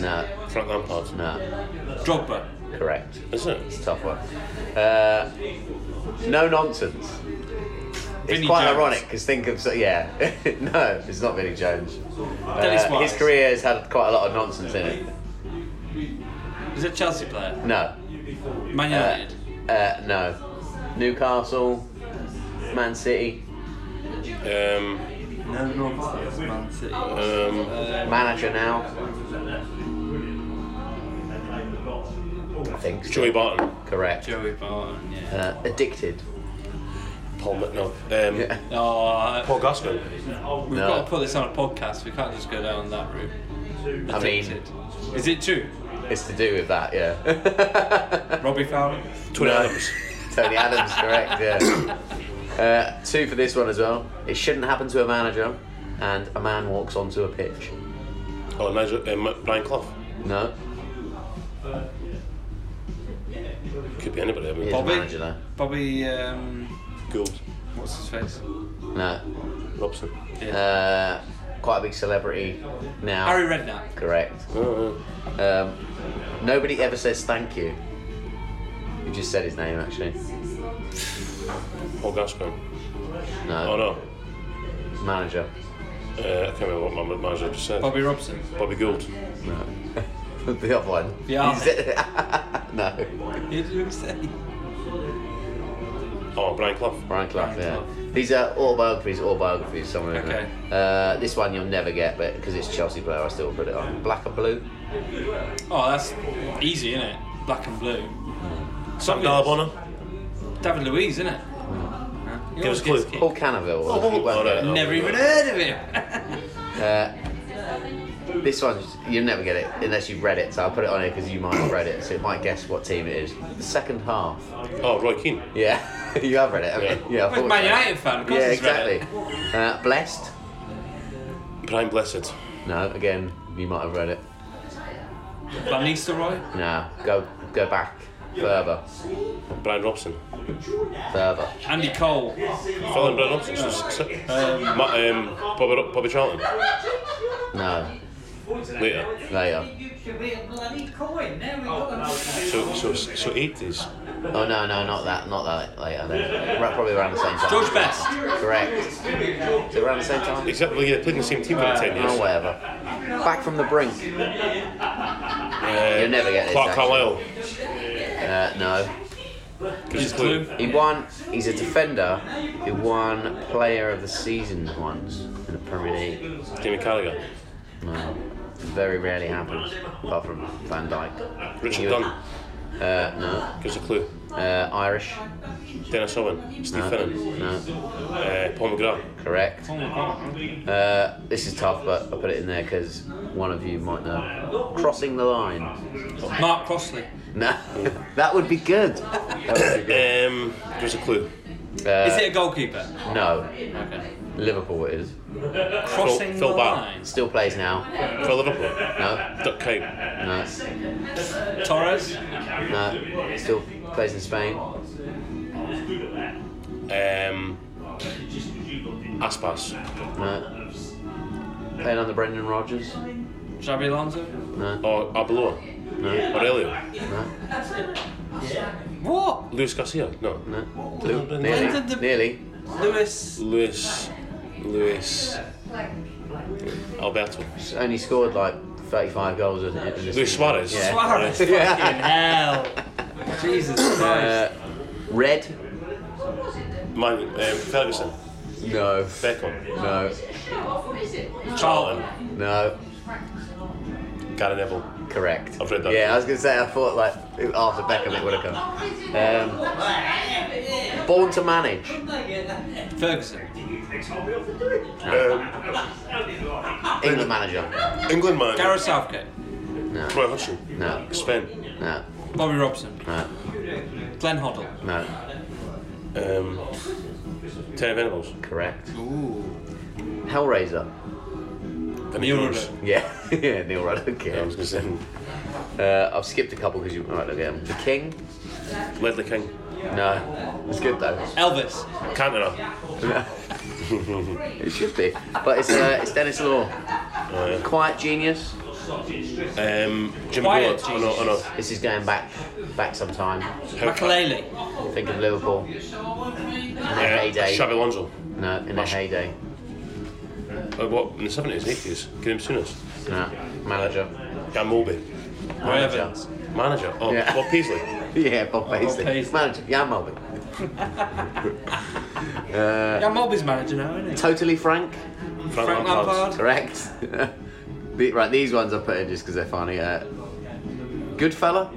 S2: no,
S3: Frank Lampard.
S2: no.
S4: Drogba.
S2: Correct.
S3: Is it?
S2: It's a tough one. Uh, no nonsense. It's
S4: Vinnie
S2: quite
S4: Jones.
S2: ironic because think of so, yeah. no, it's not Vinnie Jones. Uh,
S4: Dennis Wise.
S2: his career has had quite a lot of nonsense in it.
S4: Is it a Chelsea player?
S2: No,
S4: Man
S2: uh,
S4: United.
S2: uh, no. Newcastle, Man City,
S3: Um,
S4: no, no. Man City.
S3: um,
S2: manager now. I think so.
S3: Joey Barton.
S2: correct.
S4: Joey Barton. Yeah.
S2: Uh, addicted.
S3: Paul Mc- no. Um,
S2: Yeah.
S4: Oh,
S3: Paul Gascoigne.
S4: We've
S2: No.
S4: got to put this on a podcast. We can't just go down that route.
S2: I mean-
S4: Addicted. is it true?
S2: It's to do with that, yeah.
S4: Robbie Fowler.
S3: Tony
S2: No.
S3: Adams.
S2: Tony Adams, correct, yeah. Uh, two for this one as well. It shouldn't happen to a manager, and a man walks onto a pitch.
S3: Oh, Nigel, um, Brian Clough.
S2: No.
S3: Could be anybody. I mean,
S2: He's
S3: Bob
S2: a
S4: Bobby?
S2: manager though.
S4: Bobby, um,
S3: Gould,
S4: what's his face?
S2: No.
S3: Robson.
S4: Yeah.
S2: Uh, quite a big celebrity now.
S4: Harry Redknapp.
S2: Correct.
S3: Oh,
S2: Um, nobody ever says thank you. You just said his name actually.
S3: yeah. Paul Gascoigne. Oh
S2: No.
S3: no,
S2: Manager.
S3: uh, I can't remember what my manager just said.
S4: Bobby Robson.
S3: Bobby Gould.
S2: No. the other one.
S4: The army.
S2: You said- no.
S4: You didn't say.
S3: Oh, Brian Clough.
S2: Brian Clough.
S4: Brian
S2: Yeah.
S4: Clough.
S2: These are autobiographies. Autobiographies. Someone. isn't
S4: Okay.
S2: it? Uh, this one you'll never get, but because it's Chelsea Blair, I still put it on. Black and blue.
S4: Oh, that's easy, isn't it? Black and blue.
S3: Sam
S4: Obvious.
S3: Darbona.
S4: David Louise, isn't it?
S3: Give us a clue.
S2: Paul Cannaville.
S3: Oh,
S2: You won't
S3: all
S2: get
S3: right.
S2: it.
S4: Never even heard of him.
S2: Uh, this one, you'll never get it unless you've read it, so I'll put it on here because you might have read it, so you might guess what team it is. The second half.
S3: Oh, Roy Keane.
S2: Yeah, you have read it, haven't you? Yeah, I
S4: Well,
S2: thought
S4: Man
S2: so.
S4: United fan, of course
S2: Yeah,
S4: he's read
S2: exactly.
S4: it.
S2: Uh, blessed?
S3: Brian Blessed.
S2: No, again, you might have read it.
S4: Van Nistelrooy.
S2: No, go go back further,
S3: Brian Robson.
S2: further.
S4: Andy Cole.
S3: Fell in Brian Robson. So, so,
S4: Um,
S3: Ma- um, Bobby, Ro- Bobby Charlton.
S2: No,
S3: Later.
S2: later.
S6: You should be a bloody coin. There we go.
S3: So, so, so 80s.
S2: Oh no, no, not that, not that later. Then Ra- probably around the same time.
S4: George Best.
S2: Correct. Is it around the same time?
S3: Exactly, yeah, played in the same team for like 10
S2: Oh,
S3: years.
S2: whatever. Back from the brink.
S3: Uh,
S2: You'll never get this.
S3: Clark
S2: actually.
S3: Carlisle.
S2: Uh, no.
S3: Gives us a
S4: Clue.
S3: clue.
S2: He won. He's a defender. He won Player of the Season once in the Premier League.
S3: Jamie Carragher.
S2: No, very rarely happens, apart from Van Dijk.
S3: Richard
S2: He was-
S3: Dunn.
S2: Uh,
S3: Gives us a clue.
S2: no. Uh, Irish.
S3: Dennis Owen. Steve
S2: No.
S3: Finnan.
S2: No.
S3: Uh, Paul McGrath.
S2: Correct. Uh, this is tough, but I put it in there because one of you might know. Crossing the line.
S4: Mark Crossley.
S2: No, that would be good. That would be good.
S3: Um, gives us a clue.
S4: Is
S2: Uh,
S4: it a goalkeeper?
S2: no,
S4: Okay.
S2: Liverpool it is.
S4: Crossing
S3: Phil
S4: the
S3: Barr.
S4: line.
S2: Still plays now.
S3: For Liverpool.
S2: No,
S3: Duck Kite.
S2: no,
S4: Torres.
S2: no. Still plays in Spain.
S3: Um, Aspas.
S2: No. Playing under Brendan Rodgers?
S4: Xabi Alonso.
S2: No.
S3: Or Arbeloa.
S2: No.
S3: Aurelio.
S2: No.
S4: What?
S3: Luis Garcia. No.
S2: No.
S3: Lu-
S2: Nearly. Nearly.
S4: Lewis.
S3: Luis. Luis. Alberto.
S2: He's Only scored like 35 goals in in this
S3: Luis
S2: season.
S3: Suarez.
S2: Yeah.
S4: Suarez. Fucking
S2: Yeah.
S4: hell. Jesus Christ.
S2: Uh, Red?
S3: Man, um, Ferguson.
S2: No.
S3: Beckham.
S2: No.
S4: Charlton.
S2: No.
S3: Gary Neville.
S2: Correct.
S3: I've read that.
S2: Yeah, I was going to say, I thought like after Beckham it would have come. Um, born to manage?
S4: Ferguson.
S3: Um,
S2: England manager?
S3: England man.
S4: Gareth Southgate.
S2: No.
S3: Roy Hodgson.
S2: No.
S3: Sven.
S2: No.
S4: Bobby Robson.
S2: No.
S4: Glenn Hoddle.
S2: No.
S3: Um, Terry Venables.
S2: Correct.
S4: Ooh.
S2: Hellraiser?
S3: Danny
S4: Neil
S3: Jones.
S4: Ruddock.
S2: Yeah. yeah, Neil Ruddock.
S3: I
S2: Yeah.
S3: was going to say
S2: Uh, I've skipped a couple because you might look at them. The King?
S3: Ledley King.
S2: No. It's good though.
S4: Elvis.
S3: Cantona.
S2: It should be. But it's, uh, it's Dennis Law.
S3: Oh, yeah.
S2: Quiet Genius.
S3: Um, Jim
S4: Quiet
S3: Bullard. Oh no, oh no.
S2: This is going back back some time.
S4: Makaleli.
S2: Think of Liverpool. In their
S3: Uh,
S2: heyday.
S3: Xabi Alonso.
S2: No, in their heyday.
S3: Uh, what, in the 70s, 80s? Graham Souness.
S2: No. Manager.
S3: Dan Mulby.
S4: Roy Evans.
S3: Manager. Oh,
S2: Yeah.
S3: Bob Peasley.
S2: Yeah, Bob Paisley.
S4: Paisley.
S2: Manager. Yeah, Mulby.
S4: Yeah, Mulby's manager now, isn't he?
S2: Totally Frank.
S3: Frank,
S4: Frank
S3: Lampard.
S4: Lampard.
S2: Correct. The- right, these ones I put in just because they're funny. Uh, Goodfella?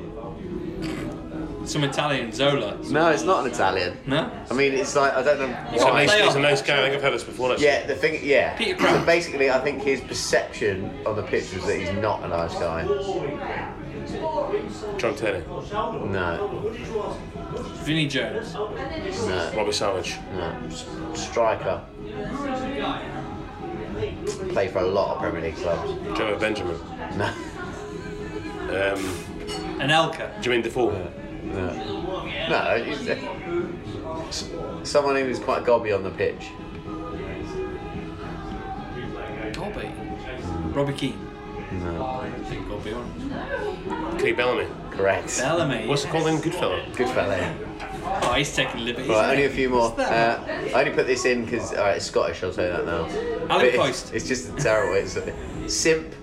S4: Some Italian. Zola.
S2: No, it's not an Italian.
S4: No?
S2: I mean, it's like I don't know.
S3: He's a,
S2: why.
S3: nice,
S4: Oh, Playoff.
S3: he's a nice guy. I think I've heard this before. Actually.
S2: Yeah, the thing, yeah.
S4: Peter
S2: So
S4: Crouch.
S2: basically, I think his perception on the pitch was that he's not a nice guy.
S3: John Terry.
S2: No,
S4: Vinnie Jones.
S2: no,
S3: Robbie Savage.
S2: no. S- Striker. Played for a lot of Premier League clubs.
S3: Jeremy Benjamin.
S2: No.
S3: Um,
S4: An Elka.
S3: Jermaine Defoe.
S2: No, he's, uh, s- someone who was quite gobby on the pitch.
S4: Dobby. Robbie Keane. I think will be on.
S3: Craig Bellamy.
S2: Correct.
S4: Bellamy.
S3: What's it called then? Goodfella.
S2: Good fella.
S4: Oh, he's taking liberties.
S2: Right,
S4: isn't
S2: only
S4: he?
S2: a few more.
S4: What's that?
S2: Uh, I only put this in because all right, it's Scottish. I'll say that now. But it's-
S4: Poist.
S2: It's, just a terrible. It's simp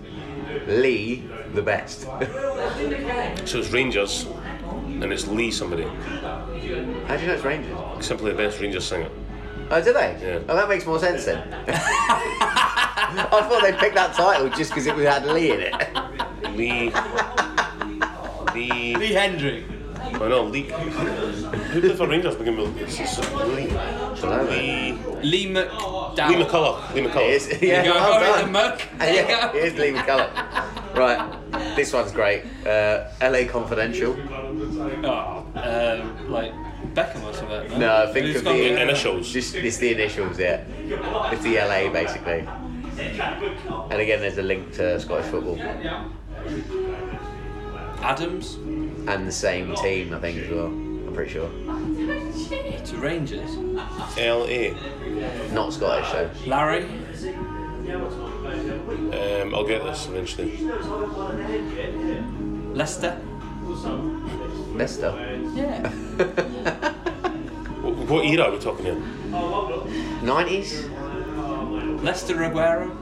S2: Lee the best.
S3: So it's Rangers, and it's Lee somebody.
S2: How do you know it's Rangers?
S3: Simply the best Rangers singer.
S2: Oh, do they?
S3: Yeah.
S2: Oh, that makes more sense then. I thought they picked that title just because it had Lee in it.
S4: Oh.
S3: Lee. Lee.
S4: Lee Hendry.
S3: Oh no, Lee. Who played for Rangers? Begin with Lee. Lee.
S4: Lee McDowell.
S3: Lee McCullough. Lee
S2: It
S3: McCullough.
S2: is.
S4: There
S2: Yeah,
S4: you go.
S2: well
S4: Go in
S2: done.
S4: the muck. There you
S2: yeah,
S4: go.
S2: it is Lee McCullough. Right, this one's great. Uh, LA Confidential.
S4: Oh, um, like Beckham or something.
S2: No, I think
S4: Who's
S2: of
S4: got
S2: the uh,
S3: Initials.
S2: Just it's the initials, yeah. It's the LA basically. And again, there's a link to Scottish football
S4: Adams
S2: and the same team, I think, as well. I'm pretty sure.
S4: to Rangers.
S3: L A.
S2: Not Scottish, so
S4: Larry.
S3: Um, I'll get this eventually.
S4: Leicester.
S2: Leicester.
S4: Yeah.
S3: What, what era are we talking here?
S2: 90s?
S4: Leicester Aguero.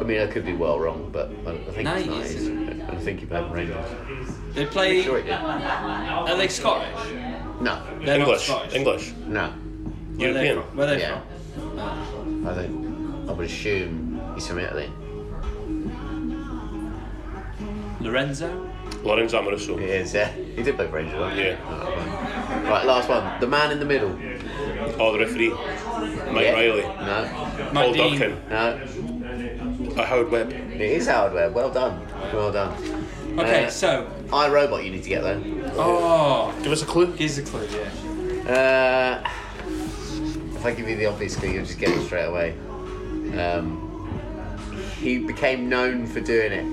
S2: I mean, I could be well wrong, but I I think it's
S4: 90s.
S2: 90s. I think you played for Rangers.
S4: They play.
S2: Sure it did.
S4: Are they Scottish?
S2: No,
S4: They're not
S3: English.
S4: Scottish.
S3: English.
S2: no.
S4: Where they
S3: European.
S4: from? Where they
S2: Yeah.
S4: from?
S2: I think I would assume he's from Italy.
S4: Lorenzo.
S3: Lorenzo Amoruso.
S2: He is, yeah. He did play for Rangers, right?
S3: Yeah.
S2: Oh, right. right, last one. The man in the middle.
S3: Oh, the referee. Mike
S2: Yeah.
S3: Riley.
S2: No,
S4: Mike
S3: Paul
S4: Dean.
S3: Duncan.
S2: no.
S3: Uh, Howard Webb.
S2: It is Howard Webb. Well done. Well done.
S4: Okay,
S2: Uh,
S4: so.
S2: iRobot you need to get though.
S4: Oh,
S3: Give us a clue.
S4: here's a clue. Yeah.
S2: Uh, if I give you the obvious clue, you'll just get it straight away. Um, he became known for doing it.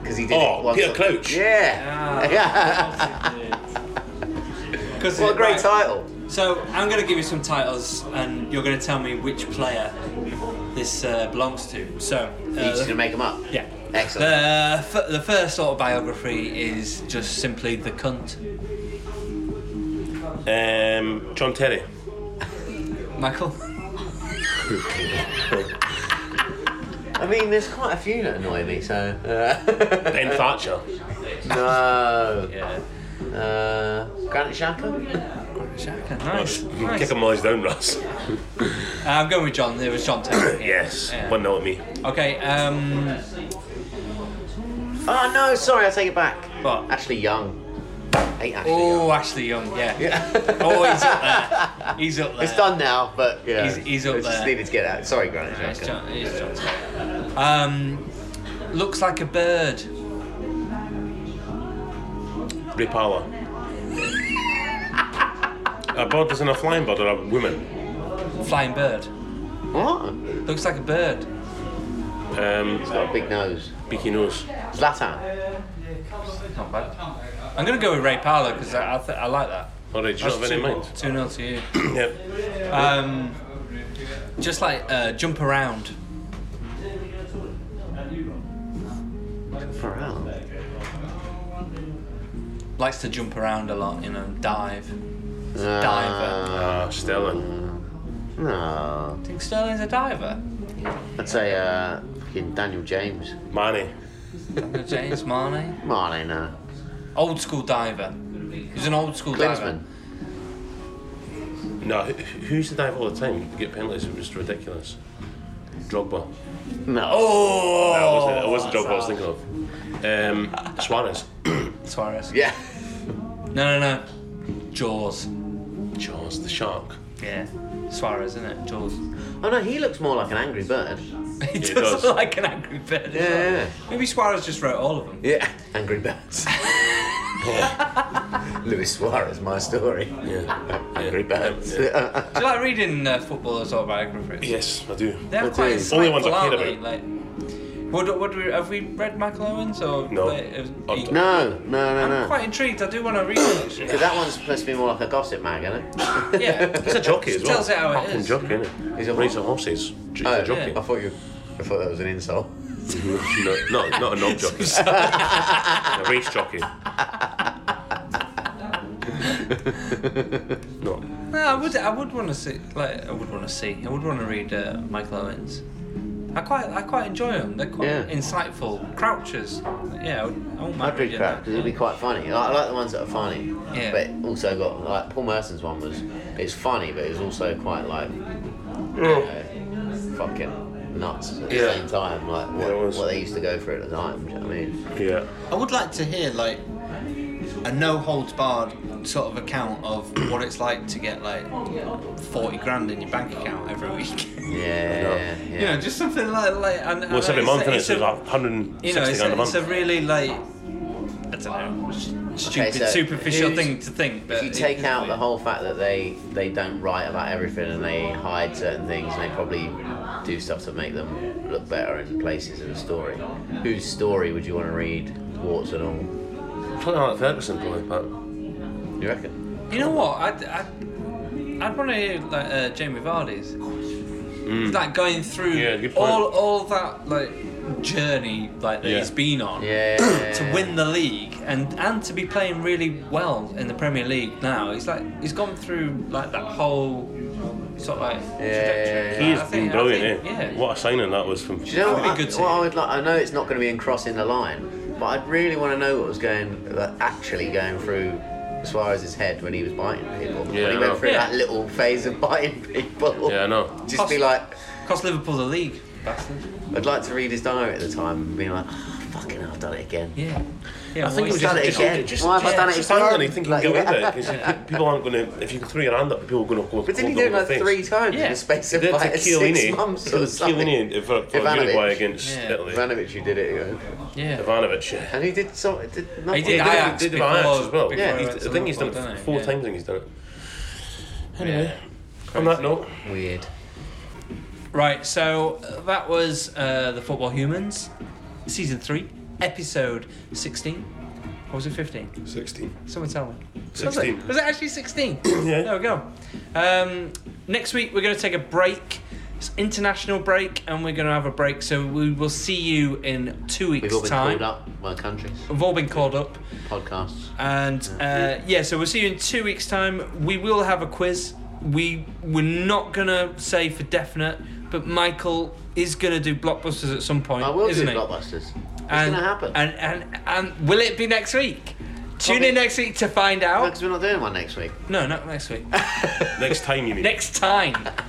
S2: Because he did
S3: Oh,
S2: it once.
S3: Peter
S2: on-
S3: Crouch.
S2: Yeah.
S4: Because
S2: what a great
S4: right,
S2: title.
S4: So I'm going to give you some titles, and you're going to tell me which player this uh, belongs to. So.
S2: You're just going
S4: Uh,
S2: to make him up.
S4: yeah.
S2: Excellent.
S4: The, f- the first autobiography is just simply The Cunt.
S3: Um, John Terry.
S4: Michael?
S2: I mean, there's quite a few that annoy me, so. Uh,
S3: Ben Thatcher.
S2: no.
S4: Yeah.
S2: Uh, Granite Shaka?
S4: Shaka, nice.
S3: Kick
S4: nice.
S3: him while he's down, Russ.
S4: I'm going with John. It was John Taylor.
S3: yes.
S4: Yeah.
S3: One note at me.
S4: Okay, um,
S2: Oh, no, sorry, I take it back.
S4: What?
S2: Ashley Young. Hey, Ashley
S4: Oh,
S2: Young.
S4: Ashley Young, yeah. oh, he's up there. He's up there.
S2: It's done now, but yeah.
S4: He's- he's up
S2: I just
S4: there.
S2: needed to get out. Sorry, Granite Shaka.
S4: It's John, it's John Taylor. Um, looks like a bird.
S3: Ray Parlour. a bird isn't a flying bird or a woman.
S4: Flying bird.
S2: What?
S4: Looks like a bird.
S3: Um,
S2: He's got a big nose.
S3: beaky nose.
S2: Zlatan.
S4: Not bad. I'm going to go with Ray Parlour because I, I, th- I like that.
S3: All right, do you not have any in mind?
S4: 2 0 to you.
S3: yep.
S4: Um, just like uh, jump around.
S2: Pharrell.
S4: Likes to jump around a lot, you know, dive.
S2: Uh,
S3: Ah, Sterling.
S2: no.
S4: Think Sterling's a diver?
S2: I'd say uh, fucking Daniel James.
S3: Manny.
S4: James Marnie.
S2: Marley, no.
S4: Old school diver. He's an old school diver.
S2: Klinsman.
S3: No, who, who's the dive all the time? Get penalties, it was ridiculous. Drogba.
S2: No.
S3: No, it wasn't, it wasn't Drogba I was thinking of. Um, Suarez.
S4: Suarez.
S2: Yeah.
S4: No, no, no. Jaws.
S3: Jaws, the shark.
S4: Yeah. Suarez, isn't it? Jaws.
S2: Oh no, he looks more like an angry bird.
S4: He does,
S3: does.
S4: look like an angry bird. as
S2: Yeah,
S4: well.
S2: yeah.
S4: Maybe Suarez just wrote all of them.
S2: Yeah. Angry birds. Luis Suarez, my story.
S3: Yeah.
S2: Angry birds.
S4: Do you like reading uh, footballers' autobiographies?
S3: Yes, I do.
S4: They're
S2: I
S4: quite
S2: do.
S4: insightful,
S3: Only ones I
S4: aren't
S3: care
S4: they? Like, What, do- what do we, have we read Michael Owens or
S3: No.
S4: uh,
S3: I've-
S2: No, no, no,
S4: I'm
S2: no.
S4: quite intrigued. I do want to read it. actually.
S2: Because that one's supposed to be more like a gossip mag, isn't it?
S4: yeah.
S3: He's a jockey as well.
S4: Tells it how it
S3: Fucking
S4: is.
S3: jockey, isn't he?
S2: He's a
S3: Rides the horses. He's
S2: Oh,
S3: a jockey.
S2: I thought you. I thought that was an insult.
S3: No, no, not a knob jockey. a race jockey. no.
S4: No, I would. I would want to see. Like, I would want to see. I would want to read uh, Michael Owens. I quite. I quite enjoy them. They're quite
S2: Yeah.
S4: insightful. Crouchers. Yeah, I, would, I wouldn't mind
S2: I'd read
S4: reading
S2: crap
S4: that.
S2: because it'd be quite funny. I, I like the ones that are funny,
S4: Yeah.
S2: but also got like Paul Merson's one was. It's funny, but it's also quite like you know, fucking nuts at the
S3: Yeah.
S2: same time. Like
S3: Yeah, it
S2: what,
S3: was.
S2: what they used to go through at the time. Do you know what I mean?
S3: Yeah.
S7: I would like to hear like a no holds barred sort of account of what it's like to get like forty grand in your bank account every week.
S2: Yeah, yeah.
S4: You know, just something like like. And, and
S3: Well, it's every
S4: like,
S3: month,
S4: a-
S3: and it's,
S4: a-
S3: it's like 160
S4: you know, it's,
S3: grand
S4: a,
S3: a month.
S4: it's a really like. I don't know. Stupid,
S2: so
S4: superficial
S2: if-
S4: thing to think. But
S2: if you
S4: it-
S2: take out the whole fact that they they don't write about everything and they hide certain things and they probably do stuff to make them look better in places of a story. Whose story would you want to read? Warts and all.
S3: Probably Alec Ferguson, probably, but
S2: You reckon?
S4: You know what? I'd, I'd, I'd want to hear like uh, Jamie Vardy's. Like going through
S3: Mm. Yeah, good point.
S4: all all that like journey like that
S3: Yeah.
S4: he's been on
S2: Yeah.
S4: to win the league and and to be playing really well in the Premier League now. He's like he's gone through like that whole sort of like trajectory.
S2: yeah,
S3: he
S4: I
S3: has been
S4: think- I
S3: brilliant,
S4: think-
S3: eh?
S4: Yeah.
S3: What a signing that was from.
S2: Do you know
S4: That'd
S2: what?
S4: be
S2: I,
S4: good to
S2: what I
S4: hear.
S2: would like. I know it's not going to be in crossing the line, but I'd really want to know what was going, like, actually going through Suarez's head when he was biting people.
S3: Yeah,
S2: when
S3: I
S2: he
S3: know.
S2: went through
S4: Yeah.
S2: that little phase of biting people.
S3: Yeah, I know.
S2: Just be like,
S4: Cost Liverpool the league, bastard.
S2: I'd like to read his diary at the time and be like, oh, fucking hell, I've done it again.
S4: Yeah. Yeah.
S3: I think
S4: what
S3: it was
S4: he's
S2: done
S4: done
S2: it
S3: just,
S2: again.
S3: Just,
S2: Why have I
S3: just,
S2: done it
S3: just
S2: again?
S3: hang on, you think you
S2: Like,
S3: can get away
S2: yeah.
S3: with it? Because people aren't going to. If you throw your hand up, people are going to go.
S2: But didn't he
S3: go
S2: do it like
S3: things.
S2: three times in
S4: Yeah.
S2: the space
S3: He
S2: of
S3: did it to
S2: like six
S3: Chiellini.
S2: months
S3: He
S2: or
S3: did it to
S2: something?
S3: Chiellini for, for
S2: Ivanovic.
S3: Uruguay against
S4: Yeah.
S3: Italy.
S2: Ivanovic, you did it again.
S4: Yeah.
S3: Ivanovic, yeah.
S2: And he did so. Did not
S4: He did
S3: He did it-
S4: Ajax
S3: did it with
S4: before-
S3: Ajax as well.
S4: before
S2: Yeah.
S4: he went
S3: He's-
S4: to
S3: I think he's done
S4: Liverpool,
S3: it
S4: didn't he?
S3: four
S4: Yeah.
S3: times. I think he's done it.
S4: Anyway.
S3: On that note,
S2: Weird.
S4: Right, so uh, that was uh, the Football Humans, season three, episode sixteen. Or was it fifteen?
S3: 16.
S4: Someone tell me. Sounds like-
S3: 16.
S4: Was it actually sixteen?
S3: Yeah.
S4: There we go. Um, next week we're going to take a break. It's international break, and we're going to have a break. So we will see you in two weeks'
S2: We've all been
S4: time.
S2: called up by countries,
S4: We've all been called up.
S2: podcasts.
S4: And uh, yeah, so we'll see you in two weeks' time. We will have a quiz. We we're not gonna say for definite, but Michael is gonna do blockbusters at some point,
S2: I will
S4: isn't
S2: do
S4: he?
S2: blockbusters. It's
S4: and,
S2: gonna happen.
S4: And and and will it be next week? Tune
S2: Probably-
S4: in next week to find out.
S2: because we're not doing one next week.
S4: No, not next week.
S3: Next time you mean.
S4: next time.